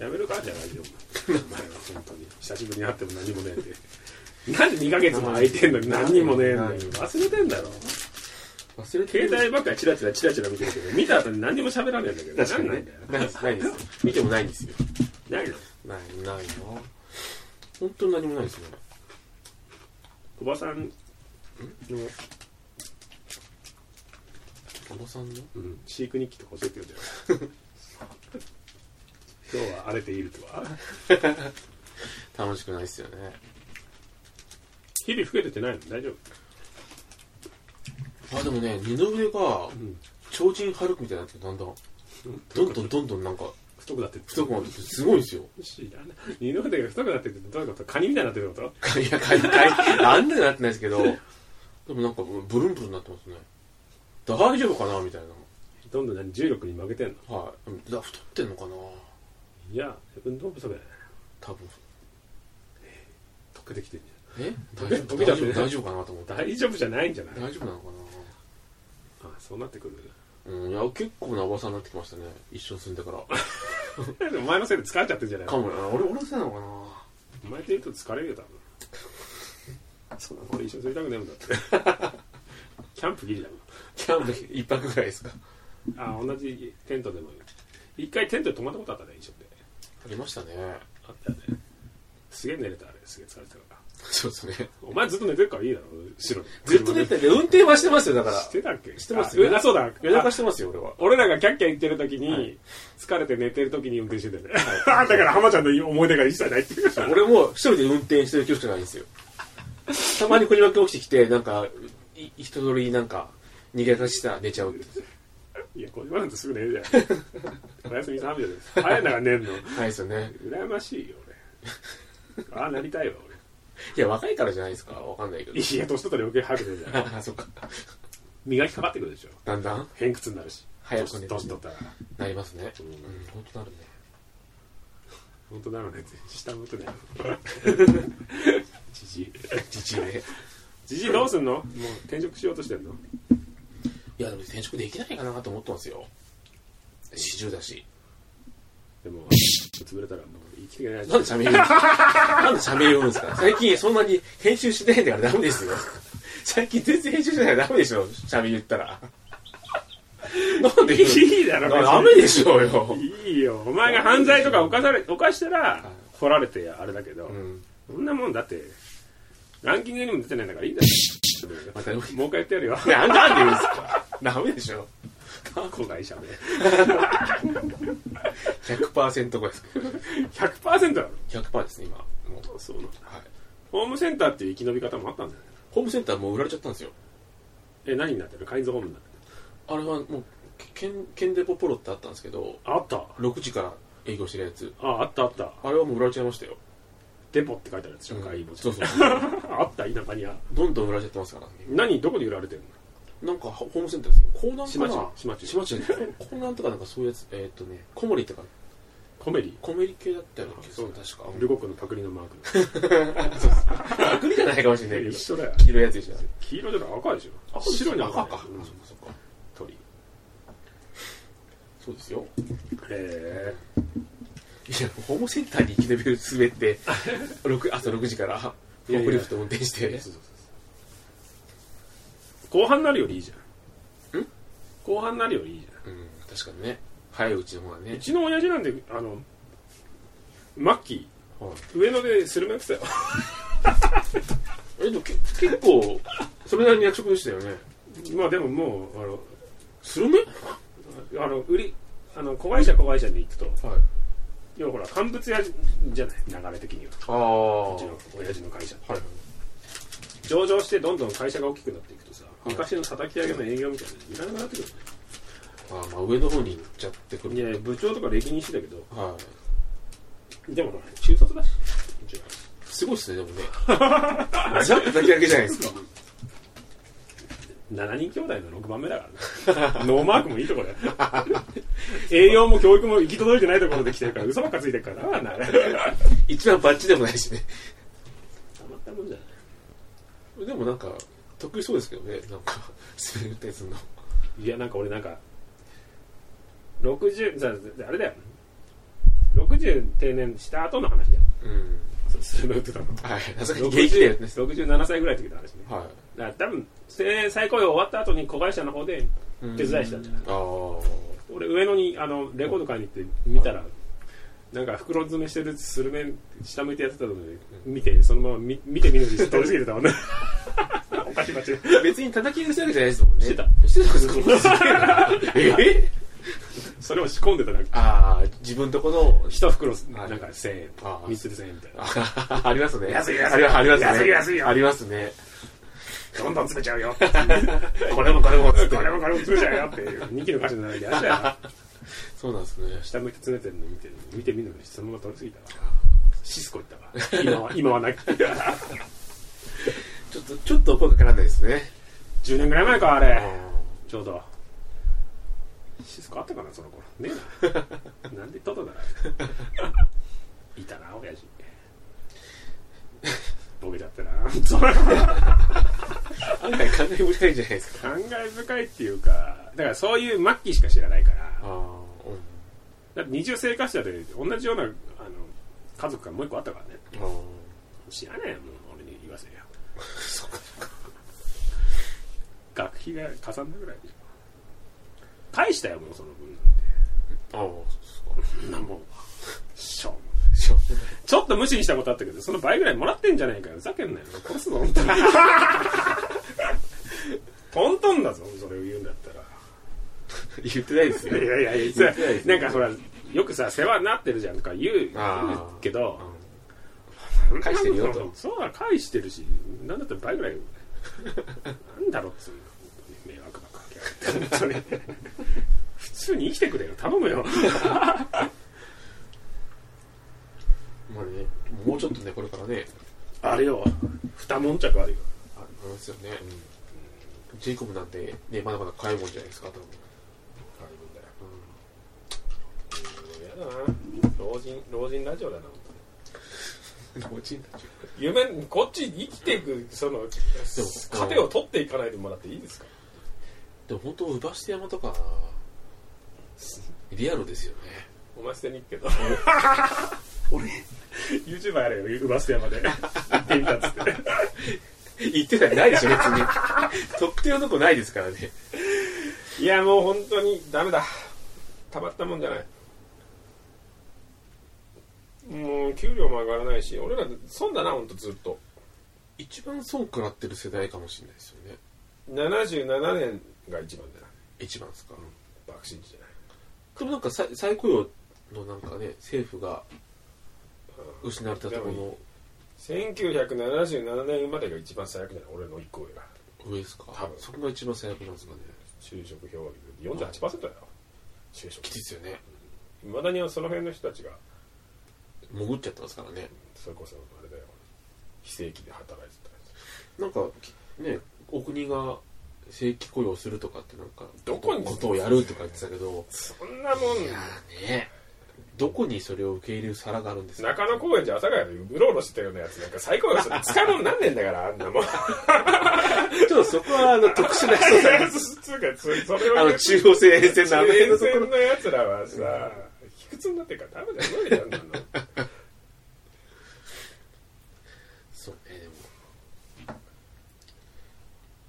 Speaker 1: やめるかじゃあラジオもお前は本当に久しぶりに会っても何もねえってなんで2ヶ月も空いてんのに何にもねえんだよ
Speaker 2: 何
Speaker 1: 忘れてんだろ
Speaker 2: 忘れてる
Speaker 1: 携帯ばっかりチラチラチラチラ見てるけど見た後に何にも喋らねえんだけど
Speaker 2: 確かに
Speaker 1: なんな
Speaker 2: ないい
Speaker 1: んだよ
Speaker 2: ないですないです見てもないんですよ
Speaker 1: ないの
Speaker 2: ないないな本当に何もないですね
Speaker 1: おばさんの
Speaker 2: おばさんの
Speaker 1: うん飼育日記とか教えてよじゃ あ今日は荒れているとは
Speaker 2: 楽しくないですよね
Speaker 1: 日々老けててないの大丈夫
Speaker 2: あでもね二の腕が
Speaker 1: ん
Speaker 2: 超人ハルクみたいになってるだんだんどんどんどんどんなんか
Speaker 1: 太くなってる
Speaker 2: 太くなっててすごいんですよ
Speaker 1: 知らない二の腕が太くなってるってどういうことカニみたいになってるってこ
Speaker 2: いやかいかいあんなになってないですけどでもなんかもうブルンブルンなってますね大丈夫かなみたい
Speaker 1: とどんどん何重力に負けてんの
Speaker 2: なはいでもだ太ってんのかない
Speaker 1: や運動不足だよね
Speaker 2: 多分
Speaker 1: 溶けてきてんじ
Speaker 2: え大丈夫
Speaker 1: 溶けちゃ
Speaker 2: 大
Speaker 1: って
Speaker 2: 丈
Speaker 1: ね
Speaker 2: 夫大丈夫かなと思っ
Speaker 1: ゃ
Speaker 2: て
Speaker 1: ん大丈夫じゃないんじゃない
Speaker 2: 大丈夫なのか
Speaker 1: あそうなってくる
Speaker 2: なうんいや結構なおばさんになってきましたね一緒に住んでから
Speaker 1: お前のせいで疲れちゃってるんじゃない
Speaker 2: かもな俺俺のせいなのかな
Speaker 1: お前って言うと疲れるよ多分 そんな俺一緒に住みたくねえもんだって キャンプギリだもん
Speaker 2: キャンプ一泊ぐらいですか
Speaker 1: あ同じテントでも一回テントで泊まったことあったね一緒で
Speaker 2: ありましたね
Speaker 1: あったよねすげえ寝れたあれすげえ疲れてたから
Speaker 2: そうですね
Speaker 1: お前ずっと寝てるからいいだろ後ろで
Speaker 2: ずっと出てて運転はしてますよだから
Speaker 1: してたっけして
Speaker 2: ます
Speaker 1: あそうだ
Speaker 2: 夜中してますよ俺は
Speaker 1: 俺らがキャッキャ言ってる時に、疲れて寝てる時に運転してたよね、 だから浜ちゃんの思い出が一切ない っていう
Speaker 2: 俺も一人で運転してる気しかないんですよ。たまに小島君起きてきて、なんか、い人通りなんか、逃げ出かしたら寝ちゃうって。
Speaker 1: いや小島なんてすぐ寝るじゃんお休み3秒です早いなら寝るの
Speaker 2: ないですよね。
Speaker 1: 羨ましいよ俺ああなりたいわ
Speaker 2: いや、若いからじゃないですか。わかんないけど
Speaker 1: 俺。いや年取ったら余計早く寝るじゃん
Speaker 2: あ、 そっか。
Speaker 1: 磨きかかってくるでしょ
Speaker 2: だんだん、
Speaker 1: 偏屈になるし
Speaker 2: 早く寝
Speaker 1: 年
Speaker 2: る
Speaker 1: 年取ったら
Speaker 2: なりますね。
Speaker 1: う
Speaker 2: うんん、本当なるね。
Speaker 1: 本当なのね下向くねじじい
Speaker 2: じじいね。
Speaker 1: じじいどうすんのもう転職しようとしてんの
Speaker 2: いや、でも転職できないかなと思ってますよ。四十だし。
Speaker 1: でも潰れたらもう生きていけない
Speaker 2: なんで社名言うんですかなんで社名言うんですか最近そんなに編集してないんだからダメですよ。最近全然編集してないからダメでしょ。社名言ったら。なんで言うの
Speaker 1: いいだろ別に
Speaker 2: ダメでしょうよ。
Speaker 1: いいよお前が犯罪とか犯され犯したら掘られてあれだけど、
Speaker 2: うん。
Speaker 1: そんなもんだってランキングにも出てないんだからいいんだよしゃべるよ
Speaker 2: またね
Speaker 1: もう一回やってやるよ
Speaker 2: なんなんで言うんですかダメでしょ
Speaker 1: タコがいいしゃべる
Speaker 2: 100%超えです
Speaker 1: 100%だろ
Speaker 2: 100%ですね今もう、
Speaker 1: そうなんだ
Speaker 2: はい、
Speaker 1: ホームセンターっていう生き延び方もあったんだよね
Speaker 2: ホームセンターもう売られちゃったんですよ
Speaker 1: え何になってるカインズホームになってる
Speaker 2: あれはもうけんケンデポポロってあったんですけど
Speaker 1: あった
Speaker 2: 6時から営業してるやつ
Speaker 1: ああったあった
Speaker 2: あれはもう売られちゃいましたよ
Speaker 1: デポって書いてあるやつでしょ、会員文字
Speaker 2: そうそうそう
Speaker 1: あった田舎にあ
Speaker 2: どんどん売られちゃってますからね
Speaker 1: 何どこで売られてる
Speaker 2: なんかホームセンターですよ江南かな
Speaker 1: 島忠
Speaker 2: 島忠島忠江南とかなんかそういうやつえーっとね小森とか
Speaker 1: のコメリ
Speaker 2: 小森系だったよね
Speaker 1: そうだ
Speaker 2: 確か
Speaker 1: ルゴックのパクリのマー ク
Speaker 2: あグリじゃないかもしれないけ
Speaker 1: の
Speaker 2: ど
Speaker 1: 一緒だよ
Speaker 2: 黄色いやつでしょ
Speaker 1: 黄色じゃない赤でしょ白に
Speaker 2: 赤か
Speaker 1: 赤
Speaker 2: 赤か
Speaker 1: うん
Speaker 2: あそっかそっか
Speaker 1: 鳥
Speaker 2: そうですよ
Speaker 1: へ
Speaker 2: いやホームセンターに生き延びる術って六朝6時からフォークリフト運転して
Speaker 1: え後半になるよりいいじゃん
Speaker 2: ん
Speaker 1: 後半になるよりいいじゃん
Speaker 2: うん確かにね早いうちの方がね
Speaker 1: うちの親父なんであのマッキー上野でスルメ食ってたよ
Speaker 2: えでもけ結構それなりに役職でしたよね
Speaker 1: まあでももうあの
Speaker 2: スルメ
Speaker 1: あの売りあの子会社子会社で行くと
Speaker 2: はい
Speaker 1: 要はほら乾物屋じゃない流れ的には
Speaker 2: ああ
Speaker 1: うちの親父の会社
Speaker 2: はい
Speaker 1: 上場してどんどん会社が大きくなっていくとさ昔の叩き上げの営業みたいなのいらなくなってくる
Speaker 2: あーまあ上の方に行っちゃってくる
Speaker 1: いやいや部長とか歴任してたけど
Speaker 2: は
Speaker 1: でもほら中卒だしうち
Speaker 2: いすごいっすねでもね ジャンプだけだけじゃないですか
Speaker 1: 7人兄弟の6番目だから なノーマークもいいとこだよ栄養も教育も行き届いてないところで来てるから嘘ばっかついてるからなあんなあれた
Speaker 2: 一番バッチでもないしね
Speaker 1: まったもんじゃない
Speaker 2: でもなんか得意そうですけどねなんか滑るってすんの
Speaker 1: いやなんか俺なんか60さあれだよ60定年した後の話だよ
Speaker 2: うん
Speaker 1: そうスルメ打ってた の
Speaker 2: はいさすがに現役だよ
Speaker 1: 60
Speaker 2: ね
Speaker 1: 67歳ぐらいの時の話ね
Speaker 2: は
Speaker 1: だから多分定年最高位終わった後に子会社の方で
Speaker 2: い
Speaker 1: 手伝いしたんじゃない
Speaker 2: ああ
Speaker 1: 俺上野にあのレコード買いに行って見たら、なんか袋詰めしてるスルメ下向いてやってたので見てそのまま見見て見ぬふりして通り過ぎてたもん ねおかしいおかしい
Speaker 2: 別に叩き上げしてるわけじゃないですもんね
Speaker 1: してた
Speaker 2: してたんです かえ
Speaker 1: それを仕込んでたら
Speaker 2: ああ自分とこの
Speaker 1: 一袋
Speaker 2: はい
Speaker 1: なんか1000円
Speaker 2: ああ
Speaker 1: 3つで1000円みたいな
Speaker 2: あありますね。
Speaker 1: 安い安い
Speaker 2: ありますね。
Speaker 1: 安い安いよ
Speaker 2: ありますね。
Speaker 1: どんどん詰めちゃうよ
Speaker 2: これもこれもっつって
Speaker 1: これもこれも詰めちゃうよっていう人気の歌手になるんでやだよ
Speaker 2: そうなんですね。
Speaker 1: 下向いて詰めてるの見て見て見ぬふりしてそのまま通り過ぎたわシスコ行ったわ今は今はなく
Speaker 2: ちょっと、ちょっと声かからないですね。
Speaker 1: 10年ぐらい前かあれ、
Speaker 2: あ
Speaker 1: ちょうどシスコあったかなその頃ねえ ななんでトトだないたな親父ボケちゃったなそれ
Speaker 2: ー案外考え深いんじゃないですか。
Speaker 1: 感慨深いっていうかだからそういう末期しか知らないから
Speaker 2: ああ、うん。
Speaker 1: だって二重生活者で同じようなあの家族がもう一個あったからね
Speaker 2: あー
Speaker 1: 知らねえよもう俺に言わせりゃ学費がかさんだぐらいでしょ大したよもうその分なんて
Speaker 2: あー、そうです
Speaker 1: そんなもんしょうもない
Speaker 2: かしょう
Speaker 1: ちょっと無視にしたことあったけどその倍ぐらいもらってんじゃないかよふざけんなよ殺すぞ本当にトントンだぞそれを言うんだったら
Speaker 2: 言ってないですよ。
Speaker 1: いやいやいや
Speaker 2: 言ってないです
Speaker 1: なんかほらよくさ世話になってるじゃんとか言う
Speaker 2: あー
Speaker 1: 言うけど
Speaker 2: うん返してるよと。
Speaker 1: そうだ返してるしなんだったら倍ぐらいなんだろうっつうの本当に迷惑ばっかりやがって本当に普通に生きてくれよ頼むよ
Speaker 2: まあね、もうちょっとね、これからね、
Speaker 1: あれよ二悶着あるよ
Speaker 2: ありますよね。ジェイコブなんて、ね、まだまだ買いもんじゃないですか、多分。
Speaker 1: 買い物だよやだな老人老人ラジオだな
Speaker 2: 老人たち。
Speaker 1: 夢こっち生きていくその糧を取っていかないでもらっていいですか
Speaker 2: でも本当、ウバシテ山とか、リアルですよね。
Speaker 1: お前捨てに行くけど俺 YouTuber やれよウバステ山で行ってみたっつって
Speaker 2: 言ってたりないでしょ、別 に。特定のとこないですからね。
Speaker 1: いやもう本当にダメだたまったもんじゃないもう給料も上がらないし俺ら損だな本当ずっと
Speaker 2: 一番損食らってる世代かもしれないですよね
Speaker 1: 77年が一番だよ
Speaker 2: 一番ですか、
Speaker 1: 爆心地じゃない
Speaker 2: でもなんか再再雇用のなんかね政府が失われたところ
Speaker 1: 1977年までが一番最悪じゃない俺の一個上が
Speaker 2: の上ですか
Speaker 1: 多分
Speaker 2: そこが一番最悪なんですかね
Speaker 1: 就職氷河期48%だよ就職
Speaker 2: きついですよね
Speaker 1: いまだにその辺の人たちが
Speaker 2: 潜っちゃってますからね
Speaker 1: それこそあれだよ非正規で働いてたやつ
Speaker 2: なんかきねお国が正規雇用するとかってなんか
Speaker 1: どこに
Speaker 2: ことをやるとか言ってたけど
Speaker 1: そんなもん
Speaker 2: いやーねどこにそれを受け入れる皿があるんですか
Speaker 1: 中野公園じゃ朝ヶ谷でうろうろしてたようなやつなんか最高よ使い物になんねえんだからあんな もん
Speaker 2: ちょっとそこはあの特殊な人さ
Speaker 1: つうかつそれ
Speaker 2: あ
Speaker 1: を
Speaker 2: の中央線沿線のあの辺の
Speaker 1: 沿
Speaker 2: ところ
Speaker 1: 線のやつらはさ卑屈になってるからダメだよ無理だよあんなの
Speaker 2: そうねでも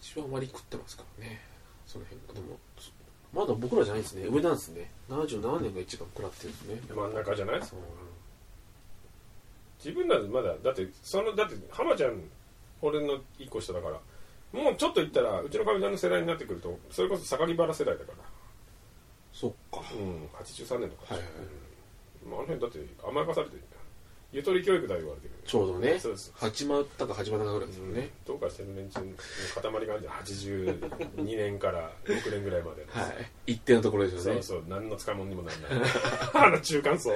Speaker 2: 一番割り食ってますからねその辺でもそまだ僕らじゃないですね上なんですね77年が一番食らってるんですね
Speaker 1: 真ん中じゃない
Speaker 2: そう
Speaker 1: 自分らでまだだってそのだって浜ちゃん俺の一個下だからもうちょっと言ったらうちのかみさんの世代になってくるとそれこそ盛り原世代だから
Speaker 2: そっか
Speaker 1: うん83年とか
Speaker 2: はいはいはい
Speaker 1: うんまああの辺だって甘やかされてるじゃんゆとり教育だ言われてる
Speaker 2: ちょうどね
Speaker 1: そうです
Speaker 2: 始まったか始まらなかったぐらいですよね、
Speaker 1: どうかしてる連中の塊があるじゃん82年から6年ぐらいまでの
Speaker 2: はい一定のところです
Speaker 1: そ
Speaker 2: よ
Speaker 1: う
Speaker 2: ね
Speaker 1: そう何の使い物にもな らないあの中間層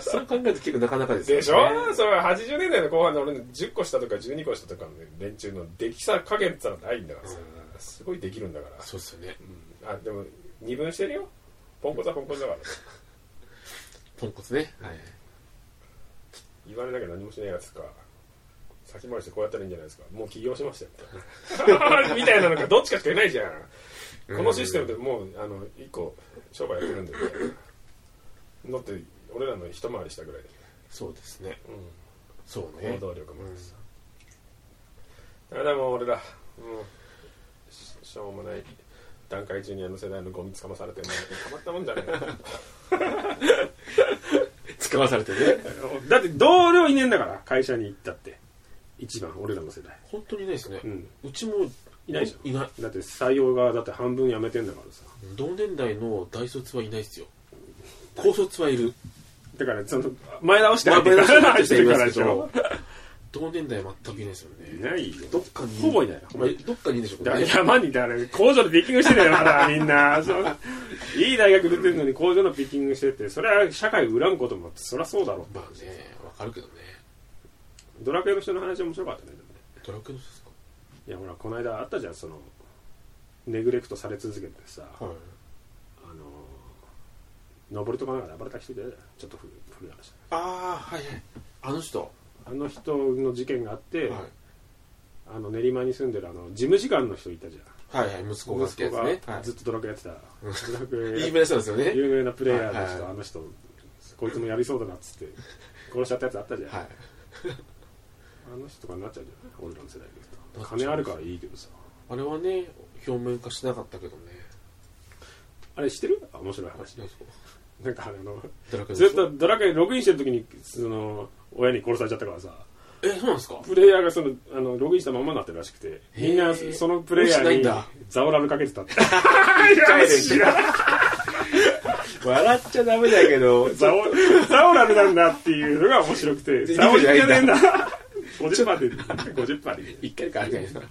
Speaker 2: そう考えると結構なかなかですよ
Speaker 1: で
Speaker 2: ね
Speaker 1: しょ、それは80年代の後半の俺の10個下とか12個下とかの連中のできさ加減って言ったらないんだからさ、
Speaker 2: う
Speaker 1: すごいできるんだから
Speaker 2: そうですよね
Speaker 1: うんあでも二分してるよポンコツはポンコツだから
Speaker 2: ポンコツねはい
Speaker 1: 言われなきゃ何もしないやつか先回りしてこうやったらいいんじゃないですかもう起業しましたよ みたいなのがどっちかしかいないじゃんこのシステムでもうあの一個商売やってるんでみたいなのって俺らの一回りしたぐらいで、
Speaker 2: そうですね
Speaker 1: うん
Speaker 2: そうね
Speaker 1: 行動力もあるしさ、あでも俺らもうししょうもない段階ジュニアの世代のゴミつかまされてもうたまったもんじゃねえな
Speaker 2: 使わされてね
Speaker 1: だって同僚いねえんだから会社に行ったって一番俺らの世代
Speaker 2: 本当にいないですね、
Speaker 1: う
Speaker 2: うんちも
Speaker 1: いないでしょ
Speaker 2: いない
Speaker 1: だって採用がだって半分辞めてんだからさ
Speaker 2: 同年代の大卒はいないですよ高卒はいる
Speaker 1: だからその前倒して
Speaker 2: 前倒して
Speaker 1: てるからでしょ
Speaker 2: 同年代全くいないですよ
Speaker 1: い
Speaker 2: ね
Speaker 1: ないよ
Speaker 2: どっかに
Speaker 1: ほぼいない
Speaker 2: まあどっかにいるでしょうけ
Speaker 1: だか
Speaker 2: どね
Speaker 1: ら山にだから工場でピッキングしてるよまだみんなそういい大学出てるのに工場のピッキングしててそれは社会を恨むこともあってそりゃそうだろう
Speaker 2: まあねわかるけどね
Speaker 1: ドラクエの人の話面白かったねでもね
Speaker 2: ドラクエの人ですか
Speaker 1: いやほらこの間あったじゃんそのネグレクトされ続けてさ、
Speaker 2: はい
Speaker 1: あの登るとかなんかで暴れた人いたじゃんちょっと古い古い話
Speaker 2: ああはいはいあの人は
Speaker 1: あの人の事件があって、
Speaker 2: い
Speaker 1: あの練馬に住んでるあの事務次官の人いたじゃん
Speaker 2: はいはい息子が好きなやつね
Speaker 1: 息子
Speaker 2: は
Speaker 1: が
Speaker 2: い
Speaker 1: ずっとドラクエやってた、ドラ クエ
Speaker 2: 有名な人ですよね
Speaker 1: 有名なプレイヤーの人、
Speaker 2: はいはい
Speaker 1: あの人こいつもやりそうだなっつって殺しちゃったやつあったじゃん、
Speaker 2: はい
Speaker 1: あの人とかになっちゃうじゃない俺らの世代で言う
Speaker 2: なっ
Speaker 1: と
Speaker 2: ちゃう
Speaker 1: 金あるからいいけどさ
Speaker 2: あれはね表面化しなかったけどね
Speaker 1: あれ知ってるあ面白い話
Speaker 2: 何ですか
Speaker 1: なんかあの
Speaker 2: ドラクエの
Speaker 1: ずっ
Speaker 2: 人
Speaker 1: とドラクエログインしてる時にその親に殺されちゃったからさ
Speaker 2: えそうなんですか
Speaker 1: プレイヤーがそのあのログインしたままになってるらしくてみんな
Speaker 2: へー
Speaker 1: そのプレイヤ
Speaker 2: 落ちない
Speaker 1: ー
Speaker 2: ん
Speaker 1: に
Speaker 2: だ
Speaker 1: ザオラルかけてたって
Speaker 2: 知ら 笑っちゃダメだけど
Speaker 1: ザオザオラルなんだっていうのが面白くて
Speaker 2: で
Speaker 1: ザオリじゃねえんだ
Speaker 2: リ
Speaker 1: 50パーで50パーで
Speaker 2: 一回かあるじゃないですか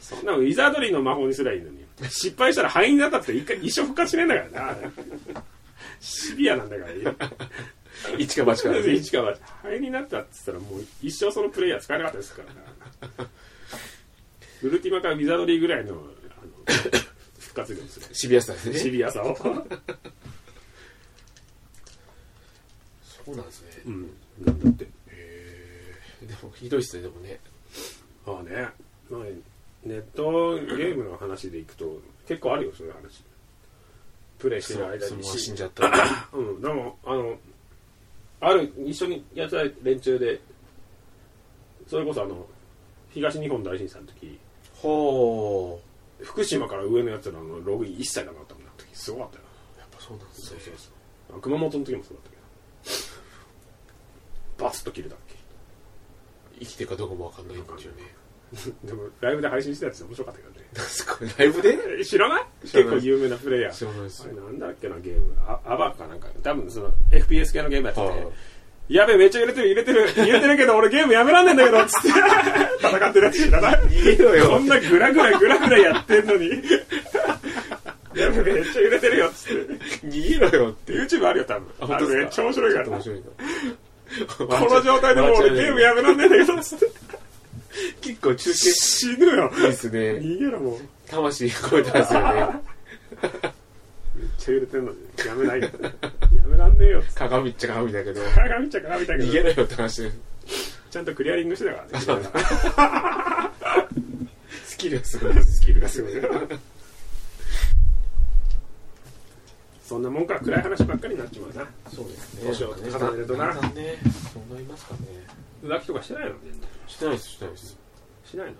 Speaker 1: そんなのウィザードリーの魔法にすりゃいいのに失敗したら灰になったって一回一生復活しねえんだからなシビアなんだから
Speaker 2: 一か八か
Speaker 1: とりあえず一かは灰になったって言ったらもう一生そのプレイヤー使えなかったですからなウルティマかウィザードリーぐらい のあの復活力する
Speaker 2: シビアさですね
Speaker 1: シビアさを
Speaker 2: そうなんですね
Speaker 1: うんなんだって
Speaker 2: へえでもひどいっすねでもね
Speaker 1: ああねまあネットゲームの話でいくと結構あるよそういう話プレイしてる間
Speaker 2: その
Speaker 1: に
Speaker 2: まま死んじゃったら
Speaker 1: うん、でもあのある一緒にやってた連中でそれこそあの東日本大震災の時
Speaker 2: ほ
Speaker 1: 福島から上のやつらのログイン一切なかったもんなあの時すごかったよ
Speaker 2: うやっぱそうなんです
Speaker 1: そう
Speaker 2: ね
Speaker 1: そうそう熊本の時もそうだったけどバツッと切れたっ
Speaker 2: 生きてるかどうかもわかんないんですよね。
Speaker 1: でもライブで配信してたやつ面白かったけどね
Speaker 2: これライブで
Speaker 1: え 知らない
Speaker 2: 知
Speaker 1: 結
Speaker 2: らない
Speaker 1: 構有名なプレイヤ
Speaker 2: 知
Speaker 1: ー
Speaker 2: らないです
Speaker 1: あ
Speaker 2: よ
Speaker 1: れ。なんだっけなゲームあアバかなんか多分その FPS 系のゲームやってて、
Speaker 2: はい
Speaker 1: やべえめっちゃ揺れてる揺れてる揺れてるけど俺ゲームやめらんねえんだけどつって戦ってるやつ知らない
Speaker 2: えろよ
Speaker 1: こんなグラグラグラグラやってんのにやべえめっちゃ揺れてるよつって
Speaker 2: 逃げろよって。
Speaker 1: YouTube あるよ多分あれめっちゃ面白いから
Speaker 2: ちょっと面白いな
Speaker 1: この状態でもう俺ゲームやめらんねえんだけどつって
Speaker 2: 結構中継い
Speaker 1: 死ぬよ
Speaker 2: いですね。
Speaker 1: 逃げろもう
Speaker 2: 魂超えてますよね。
Speaker 1: めっちゃ揺れてんのにやめないよやめらんねえよつって
Speaker 2: 鏡っちゃ鏡だけど。
Speaker 1: 鏡っちゃ鏡だけ
Speaker 2: 逃
Speaker 1: ど
Speaker 2: げろよって話です。
Speaker 1: ちゃんとクリアリングしてたからね
Speaker 2: そうだスキルがす ごいです。
Speaker 1: スキルがすごいそんなもんか暗い話ばっかりになっちまうな
Speaker 2: そうですね。
Speaker 1: 年を重ねるとな
Speaker 2: だんだんね、そうなりますかね。
Speaker 1: 浮気とかしてないの全然
Speaker 2: してないです、してないです。
Speaker 1: しないの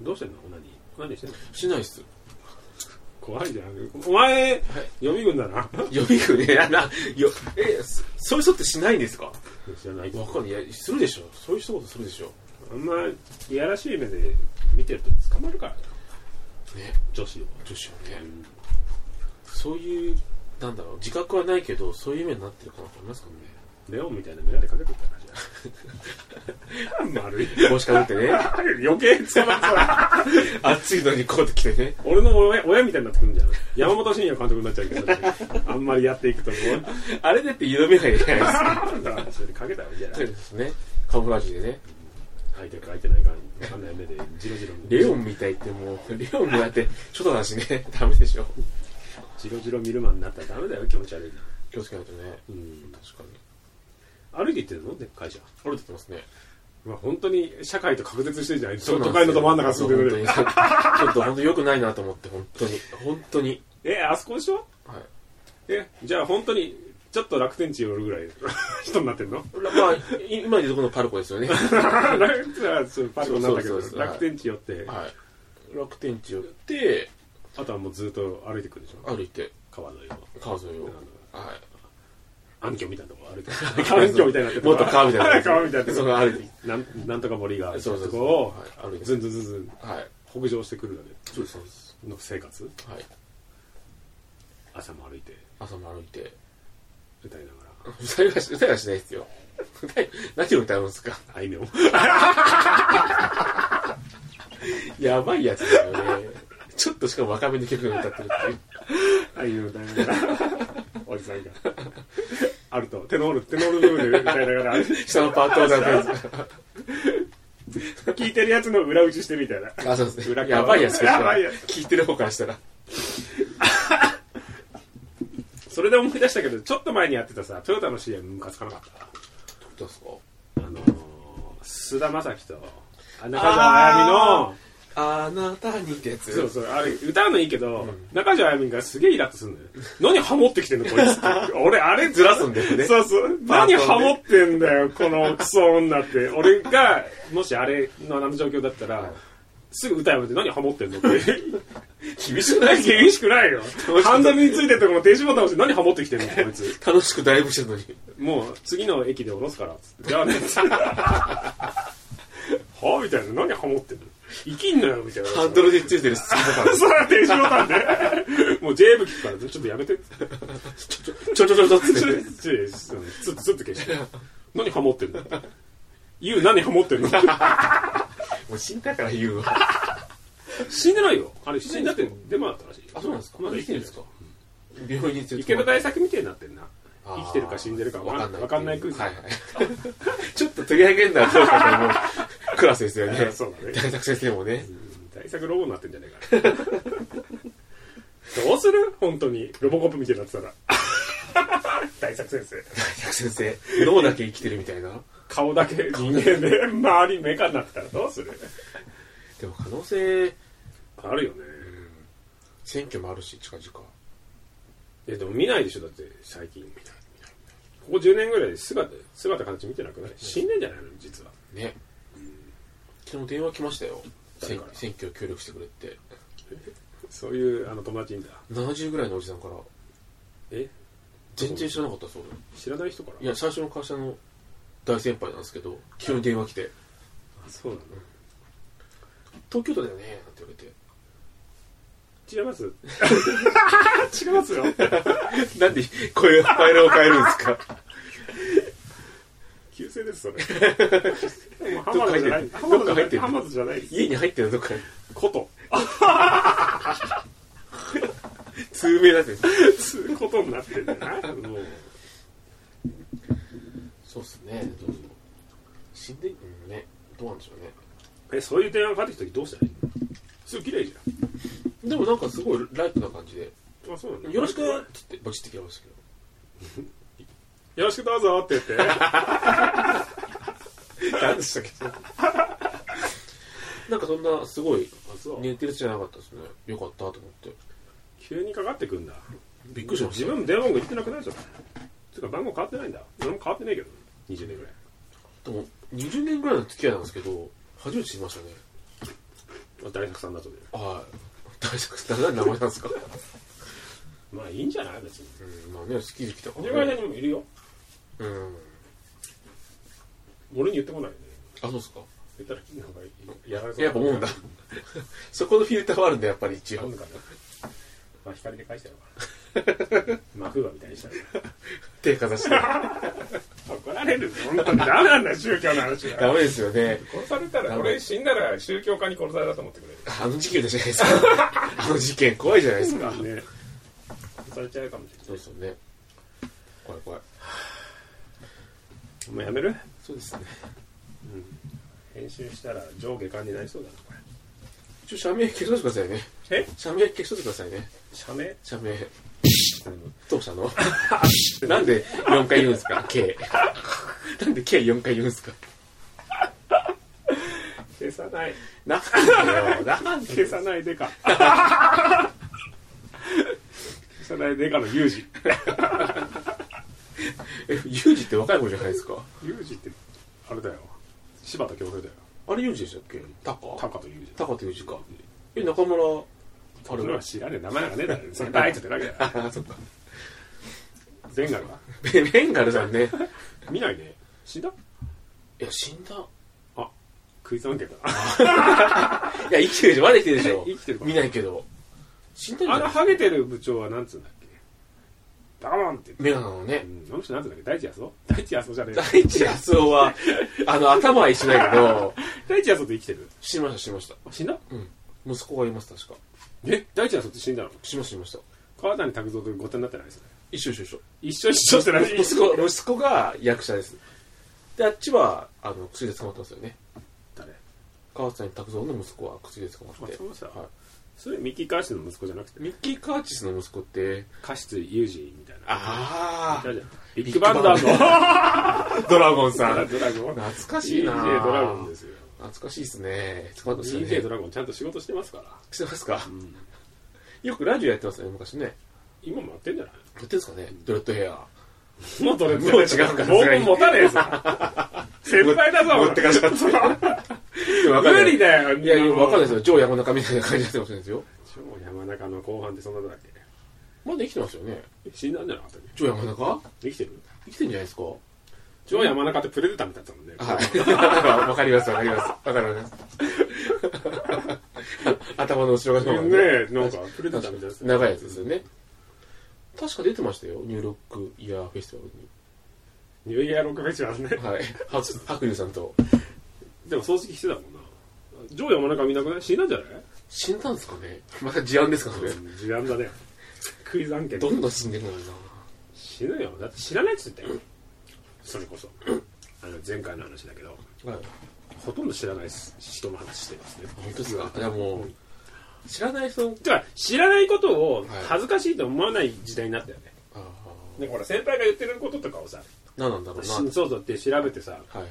Speaker 1: どうしてんのオナニーオナニーしてんの
Speaker 2: しないです。
Speaker 1: 怖いじゃんお前、予備軍だな
Speaker 2: 予備軍ね、あな、よ、え、そそういう人ってしないんですか
Speaker 1: 知らないけど
Speaker 2: わかんない。いや、するでしょ。そういう人ことするでしょ。
Speaker 1: あんまいやらしい目で見てると捕まるからね
Speaker 2: ね、
Speaker 1: 女子を
Speaker 2: 女子はね。そういう、なんだろう、自覚はないけど、そういう目になってるかなと思いますけど
Speaker 1: レオンみたいな眼鏡かけてたらじ ゃん丸い
Speaker 2: ね。帽子かぶってね、
Speaker 1: 余計捕まるから
Speaker 2: 暑いのにこうやって来てね。
Speaker 1: 俺の親親みたいになってくるんじゃない山本慎也監督になっちゃうけどあんまりやっていくともう
Speaker 2: あれだって湯飲み入れないですか。
Speaker 1: それでかけたらいいじゃな
Speaker 2: そう
Speaker 1: い
Speaker 2: ですね。カモフラージュでね。
Speaker 1: 相手か相手ないか分かんない目でジロジロ
Speaker 2: レオンみたいってもう、レオンもだって、ちょっとだしね、 ダメでしょ。
Speaker 1: ジロジロ見るマンになったらダメだよ気持ち悪いな
Speaker 2: 気をつけないとね。
Speaker 1: うん
Speaker 2: 確かに。
Speaker 1: 歩いて行ってるので会社
Speaker 2: あれってますね。
Speaker 1: まあ本当に社会と隔絶してるじゃない都会のど真ん中住んでるのに
Speaker 2: そう本当にちょっと本当に良くないなと思って、本当に。本当に。
Speaker 1: えあそこでしょ
Speaker 2: はい。
Speaker 1: えじゃあ本当にちょっと楽天地寄るぐらい人になってんの
Speaker 2: まあ、い今いるところのパルコ ですよね。は
Speaker 1: 楽天地はそうパルコになったけ
Speaker 2: そうそうそうそ
Speaker 1: ど
Speaker 2: う
Speaker 1: 楽天地寄って
Speaker 2: い。楽天地寄って、
Speaker 1: あとはもうずっと歩いてくるでしょ
Speaker 2: 歩いて、
Speaker 1: 川のよう
Speaker 2: 川沿いを。はい。
Speaker 1: 暗渠みたいなとこ歩いて 暗渠みたいになってる
Speaker 2: もっと川みたいな。
Speaker 1: 川みたいなと
Speaker 2: そ
Speaker 1: こ
Speaker 2: の歩いて。
Speaker 1: なんなんとか森がある
Speaker 2: そうそうそう
Speaker 1: とこを
Speaker 2: はい歩いて
Speaker 1: ずんずんずんずん
Speaker 2: はい。
Speaker 1: 北上してくるので
Speaker 2: そうです、そうです。
Speaker 1: の生活
Speaker 2: はい。
Speaker 1: 朝も歩いて
Speaker 2: 朝も歩いて。
Speaker 1: 歌いながら
Speaker 2: 歌いはし、歌いはしないですよ。 歌い、何を歌うんですか
Speaker 1: あいみょん
Speaker 2: やばいやつですよね。 ちょっとしかも若めの曲が歌ってるっていう。
Speaker 1: あいみょん歌いながら おじさんがあるとテノールテノール部分で歌いながら
Speaker 2: 下のパートを歌ってるんです
Speaker 1: 聞いてるやつの裏打ちしてるみたいな
Speaker 2: あ、そうです
Speaker 1: 裏
Speaker 2: ね。
Speaker 1: 側
Speaker 2: やばいやつです
Speaker 1: や
Speaker 2: か
Speaker 1: ば
Speaker 2: ら
Speaker 1: いやつ。
Speaker 2: 聞いてる方からしたら。
Speaker 1: それで思い出したけどちょっと前にやってたさトヨタの CM ムカつかなかった
Speaker 2: どうですか
Speaker 1: あのー菅田将暉と中条あやみの
Speaker 2: あなたにってやつ
Speaker 1: そうそう、あれ、歌うのいいけど、中条あやみがすげえイラッとするのよ。何ハモってきてんの、こいつって。 俺、あれず
Speaker 2: ず
Speaker 1: ら
Speaker 2: ら
Speaker 1: す
Speaker 2: すんだよね。
Speaker 1: そうそう。
Speaker 2: パート
Speaker 1: 何
Speaker 2: で
Speaker 1: ハモってんだよ、このクソ女って。俺が、もしあれのあの状況だったら、すぐ歌やめて何ハモってんのって。
Speaker 2: 厳しくない
Speaker 1: 厳しくないよ。ハンドルについてるとこの停止ボタン押して何ハモってきてんの、こいつ。
Speaker 2: 楽しくダイブしてるのに。
Speaker 1: もう、次の駅で降ろすから、 つって。じゃあね、 つってはみたいな。何ハモってんの生きんのよ、みたいな。
Speaker 2: ハンドルについてるスピード感。
Speaker 1: それは停止ボタンで。もう J 部聞くから、ちょっとやめてっつって。
Speaker 2: ちょちょちょちょっつ
Speaker 1: ち
Speaker 2: っ
Speaker 1: ょ
Speaker 2: て
Speaker 1: っ
Speaker 2: ね。
Speaker 1: と、ちょっと、ちょっと消して。何ハモってんの言う、何ハモってんの
Speaker 2: もう死んだから言うわ。
Speaker 1: 死んでないよ。あれ、死んだってデマだったらしいよ。
Speaker 2: あ、そうなんですか
Speaker 1: まだ
Speaker 2: 生
Speaker 1: 生
Speaker 2: き
Speaker 1: きて
Speaker 2: て
Speaker 1: るん
Speaker 2: るんで
Speaker 1: ですす
Speaker 2: か
Speaker 1: か
Speaker 2: 病院に連れて
Speaker 1: 池田大作みたいになってんな。
Speaker 2: あー
Speaker 1: 生きてるか死んでるかわかんわかんない空気
Speaker 2: はい はい。ちょっと取り上げるのはどうかと思 うクラスですよね。
Speaker 1: そうだね
Speaker 2: 大作先生もね。
Speaker 1: 大作ロボになってんじゃねえか。どうする本当に。ロボコップみたいになってたら。大作先生。
Speaker 2: 大作先生。脳だけ生きてるみたいな。
Speaker 1: 顔だけ人間で、周りメカになってたらどうする
Speaker 2: でも可能性、
Speaker 1: あるよね。
Speaker 2: 選挙もあるし、近々。
Speaker 1: えでも見ないでしょだって最近ここ10年ぐらいで姿姿形見てなくない死んでんじゃないの実は
Speaker 2: ね。昨日電話来ましたよ。
Speaker 1: 誰
Speaker 2: 選
Speaker 1: から
Speaker 2: 選挙協力してくれって。
Speaker 1: そういうあの友達いんだ
Speaker 2: 70ぐらいのおじさんから、
Speaker 1: え
Speaker 2: 全然知らなかったそう
Speaker 1: 知らない人から
Speaker 2: いや、最初の会社の大先輩なんですけど、急に電話来て、
Speaker 1: あそうだね
Speaker 2: 東京都だよねなんて言われて
Speaker 1: 違います 違いますよ
Speaker 2: なんでこういうファイルを変えるんですか
Speaker 1: 急性ですそれもうハマズじゃないハ
Speaker 2: どっ
Speaker 1: マ
Speaker 2: か入っ
Speaker 1: ズ
Speaker 2: て
Speaker 1: じ
Speaker 2: る
Speaker 1: ゃハマズじゃないです
Speaker 2: 家に入ってるのどっかに
Speaker 1: こと
Speaker 2: 通名だって
Speaker 1: つ ことになってんだなもう
Speaker 2: そうっすねどうぞ死んでうんねどうなんでしょうね
Speaker 1: えそういう電話がかかってきた時どうしたらいいのすごい綺麗じ
Speaker 2: でもなんかすごいライトな感じで
Speaker 1: ゃんあそうなん
Speaker 2: 「
Speaker 1: だ
Speaker 2: よろしく!」
Speaker 1: よ
Speaker 2: っつってバチって切られましたけど
Speaker 1: ろしくどうぞって言って
Speaker 2: 何でしたっけなんかそんなすごい
Speaker 1: そう
Speaker 2: 寝てるじゃなかったですねよかったと思って
Speaker 1: 急にかかってくんだ
Speaker 2: びっくりしま
Speaker 1: 自
Speaker 2: した
Speaker 1: 分も電話番号言ってなくなっちゃったつうか番号変わってないんだ俺も変わってないけど20年ぐらい
Speaker 2: でも20年ぐらいの付き合いなんですけど初めて知りましたね
Speaker 1: まあ大作さんだとで
Speaker 2: はい大作さん何名前なんですか
Speaker 1: まあいいんじゃない別に
Speaker 2: うんまあね好き好きとか
Speaker 1: 自分間
Speaker 2: ね
Speaker 1: にもいるよ
Speaker 2: うん
Speaker 1: 俺に言ってこないよね
Speaker 2: あそうですか
Speaker 1: 言ったらなんかやられそう
Speaker 2: やっぱ思うんだ そこのフィルターはあるんだやっぱり一
Speaker 1: なん
Speaker 2: 応
Speaker 1: かねまあ光で返してや ろうかなマフーアみたいにしたら
Speaker 2: 手かざ して
Speaker 1: 怒られるぞ本当にダメなんだよ宗教の話は
Speaker 2: ダメですよね
Speaker 1: 殺されたら俺死んだら宗教家に殺されたと思ってくれる
Speaker 2: あの事件じゃないですか あの事件怖いじゃないですか
Speaker 1: ね殺されちゃうかもし
Speaker 2: そうですよね怖い怖い
Speaker 1: れないもうやめる
Speaker 2: そうですね
Speaker 1: 編集したら上下巻になりそうだなこ
Speaker 2: ちょ、社名消しといてくださいね。
Speaker 1: れえ
Speaker 2: 社名消しといてくださいね。
Speaker 1: 社名
Speaker 2: 社名。当社の。なんで4回言うんです か ?K。なんで K4 回言うんですか
Speaker 1: 消さない
Speaker 2: なんだよ。なんで
Speaker 1: 消さないでか消さないでかの有事
Speaker 2: え、ユージって若い子じゃないですか
Speaker 1: 有事ってあれだよ柴田恭平だよ
Speaker 2: あれユージでしたっけタカ
Speaker 1: タカと有事
Speaker 2: タカとユージか。え、中村。あ
Speaker 1: 俺
Speaker 2: れ
Speaker 1: は知らねえ名前なんか ねえだろそれ大地ってだけだよ
Speaker 2: あ、そっか。
Speaker 1: 全ガルは
Speaker 2: ベベンガルさんね。
Speaker 1: 見ないね死んだ
Speaker 2: いや、死んだ。
Speaker 1: あクイズアンケートだ
Speaker 2: いや、生きてるでしょ。まだ生きてるでしょ。
Speaker 1: 生きてるか
Speaker 2: 見ないけど。死んだんじ
Speaker 1: あ
Speaker 2: ゃな
Speaker 1: の
Speaker 2: い
Speaker 1: ハゲてる部長はなんつうんだっけダーンって言って
Speaker 2: メガネのね
Speaker 1: う。んあの人なんつうんだっけ大地安夫大地安夫じゃ ねえ
Speaker 2: 大地安夫 は、あの、頭は一緒だけど、
Speaker 1: 大地安夫って生きてる
Speaker 2: 死にました、死にました。
Speaker 1: あ死んだ
Speaker 2: うん。息子がいます、確か。
Speaker 1: え大地安夫って死んだの
Speaker 2: しましたしました
Speaker 1: 川谷拓三とごてになってないですね
Speaker 2: 一緒一緒一
Speaker 1: 一緒
Speaker 2: 緒
Speaker 1: 一緒してない
Speaker 2: 息子息子が役者ですであっちはあの薬で捕まってますよね
Speaker 1: 誰
Speaker 2: 川谷拓三の息子は薬で捕まっ
Speaker 1: あ
Speaker 2: て
Speaker 1: そうさ
Speaker 2: はい
Speaker 1: それミッキー・カーシの息子じゃなくて
Speaker 2: ミッキー・カーチスの息子って
Speaker 1: カシツ・ユージみたいな
Speaker 2: あ
Speaker 1: いたじゃんビッグバン ダーの
Speaker 2: あドラゴンさん
Speaker 1: ドラゴン
Speaker 2: 懐かしいな
Speaker 1: DJ ドラゴンですよ
Speaker 2: 懐かしいですね捕まってますよ
Speaker 1: DJ ド
Speaker 2: ね
Speaker 1: ラゴンちゃんと仕事してますから
Speaker 2: してますか、よくラジオやってますよね昔ね
Speaker 1: 今もやってんじゃない
Speaker 2: やってんですかねドレッドヘア
Speaker 1: もう取れ
Speaker 2: もう違うから
Speaker 1: もう持たねえぞ 先輩だぞ
Speaker 2: 持ってかしちゃった
Speaker 1: 無理だよ
Speaker 2: いやいやわかんない
Speaker 1: い
Speaker 2: ですよジョー山中みたいな感じになってますですよ
Speaker 1: 超山中の後半でそんなだっけ
Speaker 2: まだ生きてますよね
Speaker 1: 死んだんじゃなかったっ
Speaker 2: ジョー山中
Speaker 1: け生きてる
Speaker 2: 生きてんじゃないですか
Speaker 1: 超山中ってプレデターみたいだったもんね
Speaker 2: はい。 わかります、わかります。わかります。頭の後ろ側の方
Speaker 1: ね
Speaker 2: がね。
Speaker 1: えなんかプレデターみたいな
Speaker 2: 長いやつですよね。確か出てましたよ、ニューロックイヤーフェスティバ
Speaker 1: ニューイヤーロックフェチュアルね
Speaker 2: ルに。はい。はつ白龍さんと。
Speaker 1: でも葬式してたもんなジョー山中見なくない死んだんじゃない
Speaker 2: 死んだんですかねまた事案ですかね
Speaker 1: 事案だねクイズ案件
Speaker 2: どんどん死んでるのにな。
Speaker 1: 死ぬよだって知らないっつってたよそれこそあの前回の話だけど
Speaker 2: はい。
Speaker 1: ほとんど知らない人の話してますね
Speaker 2: 本当ですかいやもう、知らない人、
Speaker 1: てか知らないことを
Speaker 2: はい
Speaker 1: 恥ずかしいと思わない時代になったよね、
Speaker 2: あ
Speaker 1: でほら先輩が言ってることとかをさ
Speaker 2: あ、何なんだろうな。
Speaker 1: 真相像って調べてさ
Speaker 2: はい。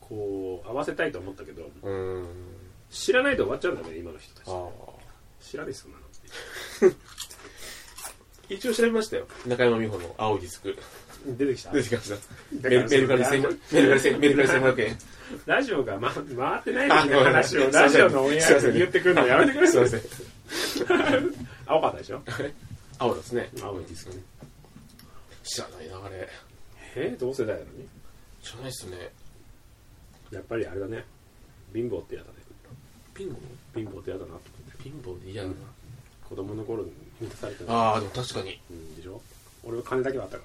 Speaker 1: こう合わせたいと思ったけど
Speaker 2: うーん。
Speaker 1: 知らないと終わっちゃうんだよね今の人たち
Speaker 2: ああ。
Speaker 1: 知らないそんなのって
Speaker 2: 一応調べましたよ。中山美穂の青いディス ク。
Speaker 1: 出てきた
Speaker 2: 出てきました。メルメルカリ
Speaker 1: だか
Speaker 2: 千
Speaker 1: ら
Speaker 2: メルカリ千メルカリ千500円。
Speaker 1: ラジオが、ま、回ってない
Speaker 2: あ
Speaker 1: 時
Speaker 2: ご
Speaker 1: の
Speaker 2: めん
Speaker 1: 話を
Speaker 2: すいま
Speaker 1: ラ
Speaker 2: せん
Speaker 1: ジオのオンエ
Speaker 2: すいま
Speaker 1: ア
Speaker 2: せ
Speaker 1: で
Speaker 2: ん
Speaker 1: 言ってくるのやめてくれ
Speaker 2: すいません。
Speaker 1: 青かったでしょ
Speaker 2: 青ですね。
Speaker 1: 青いですかね
Speaker 2: 知らないな、あれ。
Speaker 1: えー、同世代なのに
Speaker 2: 知らないっすね。
Speaker 1: やっぱりあれだね貧乏ってやだね
Speaker 2: ピンゴ
Speaker 1: 貧乏ってやだなと思って
Speaker 2: ピンボで嫌だな。
Speaker 1: 子供の頃に満たされてない
Speaker 2: ああ、でも確かに。
Speaker 1: うんでしょ俺は金だけはあったか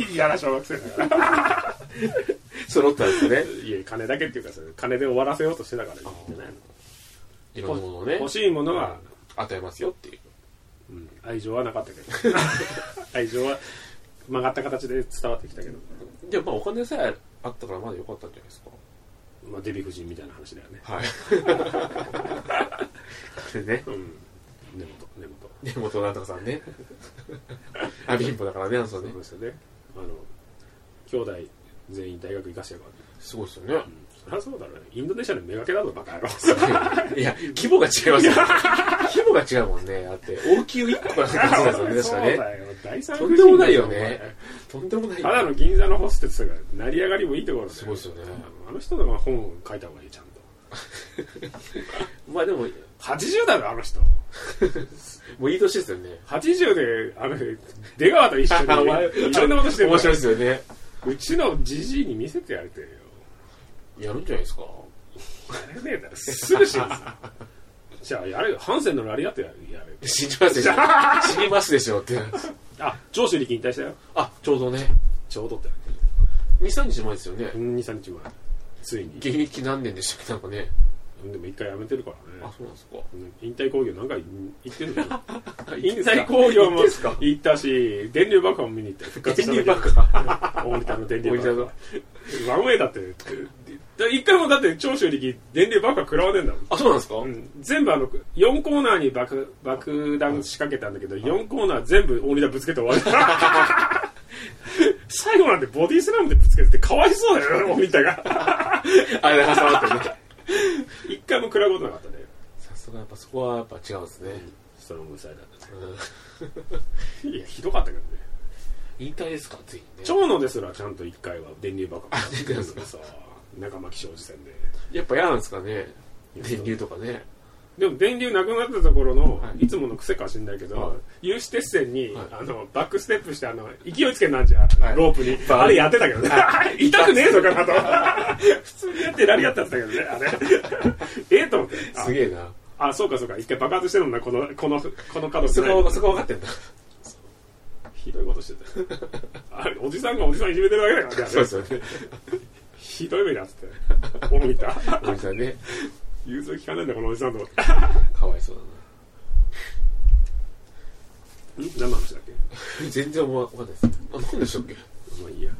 Speaker 1: ら 嫌な小学生だから
Speaker 2: 揃ったんですね。
Speaker 1: いや金だけっていうかそれ金で終わらせようとしてたからいいんじゃないの
Speaker 2: いろんなものをね。
Speaker 1: 欲しいものは、
Speaker 2: 与えますよっていう。
Speaker 1: うん愛情はなかったけど 愛情は曲がった形で伝わってきたけど、
Speaker 2: でもまあお金さえあったからまだ良かったんじゃないですか。
Speaker 1: まあ、デヴィ夫人みたいな話だよね
Speaker 2: はい。 これね。
Speaker 1: うん根元根元
Speaker 2: 根本なんとかさんね。あ、貧乏だからね、あの人
Speaker 1: そう
Speaker 2: ね。
Speaker 1: ですよねあの兄弟全員大学行かしてやるから
Speaker 2: すごいですよね。
Speaker 1: そりゃそうだろうねインドネシアの目がけだぞバカ野郎
Speaker 2: いや、規模が違いますよ。規模が違うもんね。だって、応急1個からそうです
Speaker 1: そう
Speaker 2: よね、確かね。
Speaker 1: だよ大産
Speaker 2: とんでもないよね。とんでもないよ
Speaker 1: ただの銀座のホステスが成り上がりもいいところだよ
Speaker 2: すごいですよね
Speaker 1: あの人の本を書いた方がいいちゃんと
Speaker 2: まあでも、
Speaker 1: 80だろあの人
Speaker 2: もういい年ですよね。
Speaker 1: 80であの出川と一緒
Speaker 2: あお前
Speaker 1: にいろんなことしてる
Speaker 2: 面
Speaker 1: か
Speaker 2: 白い
Speaker 1: ら
Speaker 2: ですよね。
Speaker 1: うちのじじいに見せてやれてよ
Speaker 2: やるんじゃないですか。
Speaker 1: やれねえだろすぐ死ぬさ じゃあやれよハンセンのラリアットやれよ
Speaker 2: 死にますでしょ。死にますでしょって。
Speaker 1: あ長州力引退したよ
Speaker 2: あ、ちょうどね。
Speaker 1: ちょうどって
Speaker 2: 2、3日前ですよね。
Speaker 1: 23日前ついに
Speaker 2: 現役何年でしたっけなんかね。
Speaker 1: でも一回やめてるからね
Speaker 2: あ、そうなんですか。
Speaker 1: うん引退工業なんか言ってるの引
Speaker 2: 引
Speaker 1: 退工業も
Speaker 2: ですか
Speaker 1: 行ったし電流爆破も見に行った復活した
Speaker 2: 電流
Speaker 1: 時
Speaker 2: 爆破。
Speaker 1: 大分の電流
Speaker 2: 大分
Speaker 1: 爆
Speaker 2: の
Speaker 1: 破。ワンウェイだってだ一回もだって長州力電流爆破食らわねえんだもん
Speaker 2: あ、そうなんですか
Speaker 1: うん全部あの4コーナーに爆爆弾仕掛けたんだけど、4コーナー全部大仁田ぶつけて終わる 最後なんてボディスラムでぶつけててかわいそうだ よ大仁田が
Speaker 2: あれが挟まってね。
Speaker 1: 一回も食らうことなかったね
Speaker 2: さすがやっぱそこはやっぱ違うんですね。
Speaker 1: ストロングサイダーだっ
Speaker 2: う
Speaker 1: た
Speaker 2: ん
Speaker 1: いやひどかったけどね
Speaker 2: 引退ですかついに ね。
Speaker 1: 長野ですらちゃんと1回は電流爆破
Speaker 2: 電流爆 破
Speaker 1: そう仲間気象時戦で
Speaker 2: やっぱ嫌なんですかね電流とかね。
Speaker 1: でも電流なくなったところの、
Speaker 2: はい
Speaker 1: い、つもの癖かもしんないけど、
Speaker 2: はい
Speaker 1: 有刺鉄線に、
Speaker 2: はい
Speaker 1: あのバックステップしてあの勢いつけなんじゃん、
Speaker 2: はい
Speaker 1: ロープに
Speaker 2: はい
Speaker 1: あれやってたけどね、 痛くねえのかなと 普通にやってラリアったんだけどね あれええと思ってあ
Speaker 2: すげえな。
Speaker 1: あそうかそうか一回爆発してるもんなこのこのこの角
Speaker 2: そ
Speaker 1: ぐらい
Speaker 2: こは、そこは分かってんだ。
Speaker 1: ひどいことしてたよ あれおじさんがおじさんいじめてるわけだからねあ
Speaker 2: そ
Speaker 1: れ
Speaker 2: うですよね。
Speaker 1: ひどい目にあってたよ大見た
Speaker 2: おじさんね。
Speaker 1: 融通聞かねえんだこのおじさんと思って
Speaker 2: かわいそう
Speaker 1: ん何の話だっけ
Speaker 2: だな。全然思わ分かんないです。あ、なんでしたっけ
Speaker 1: まあいいや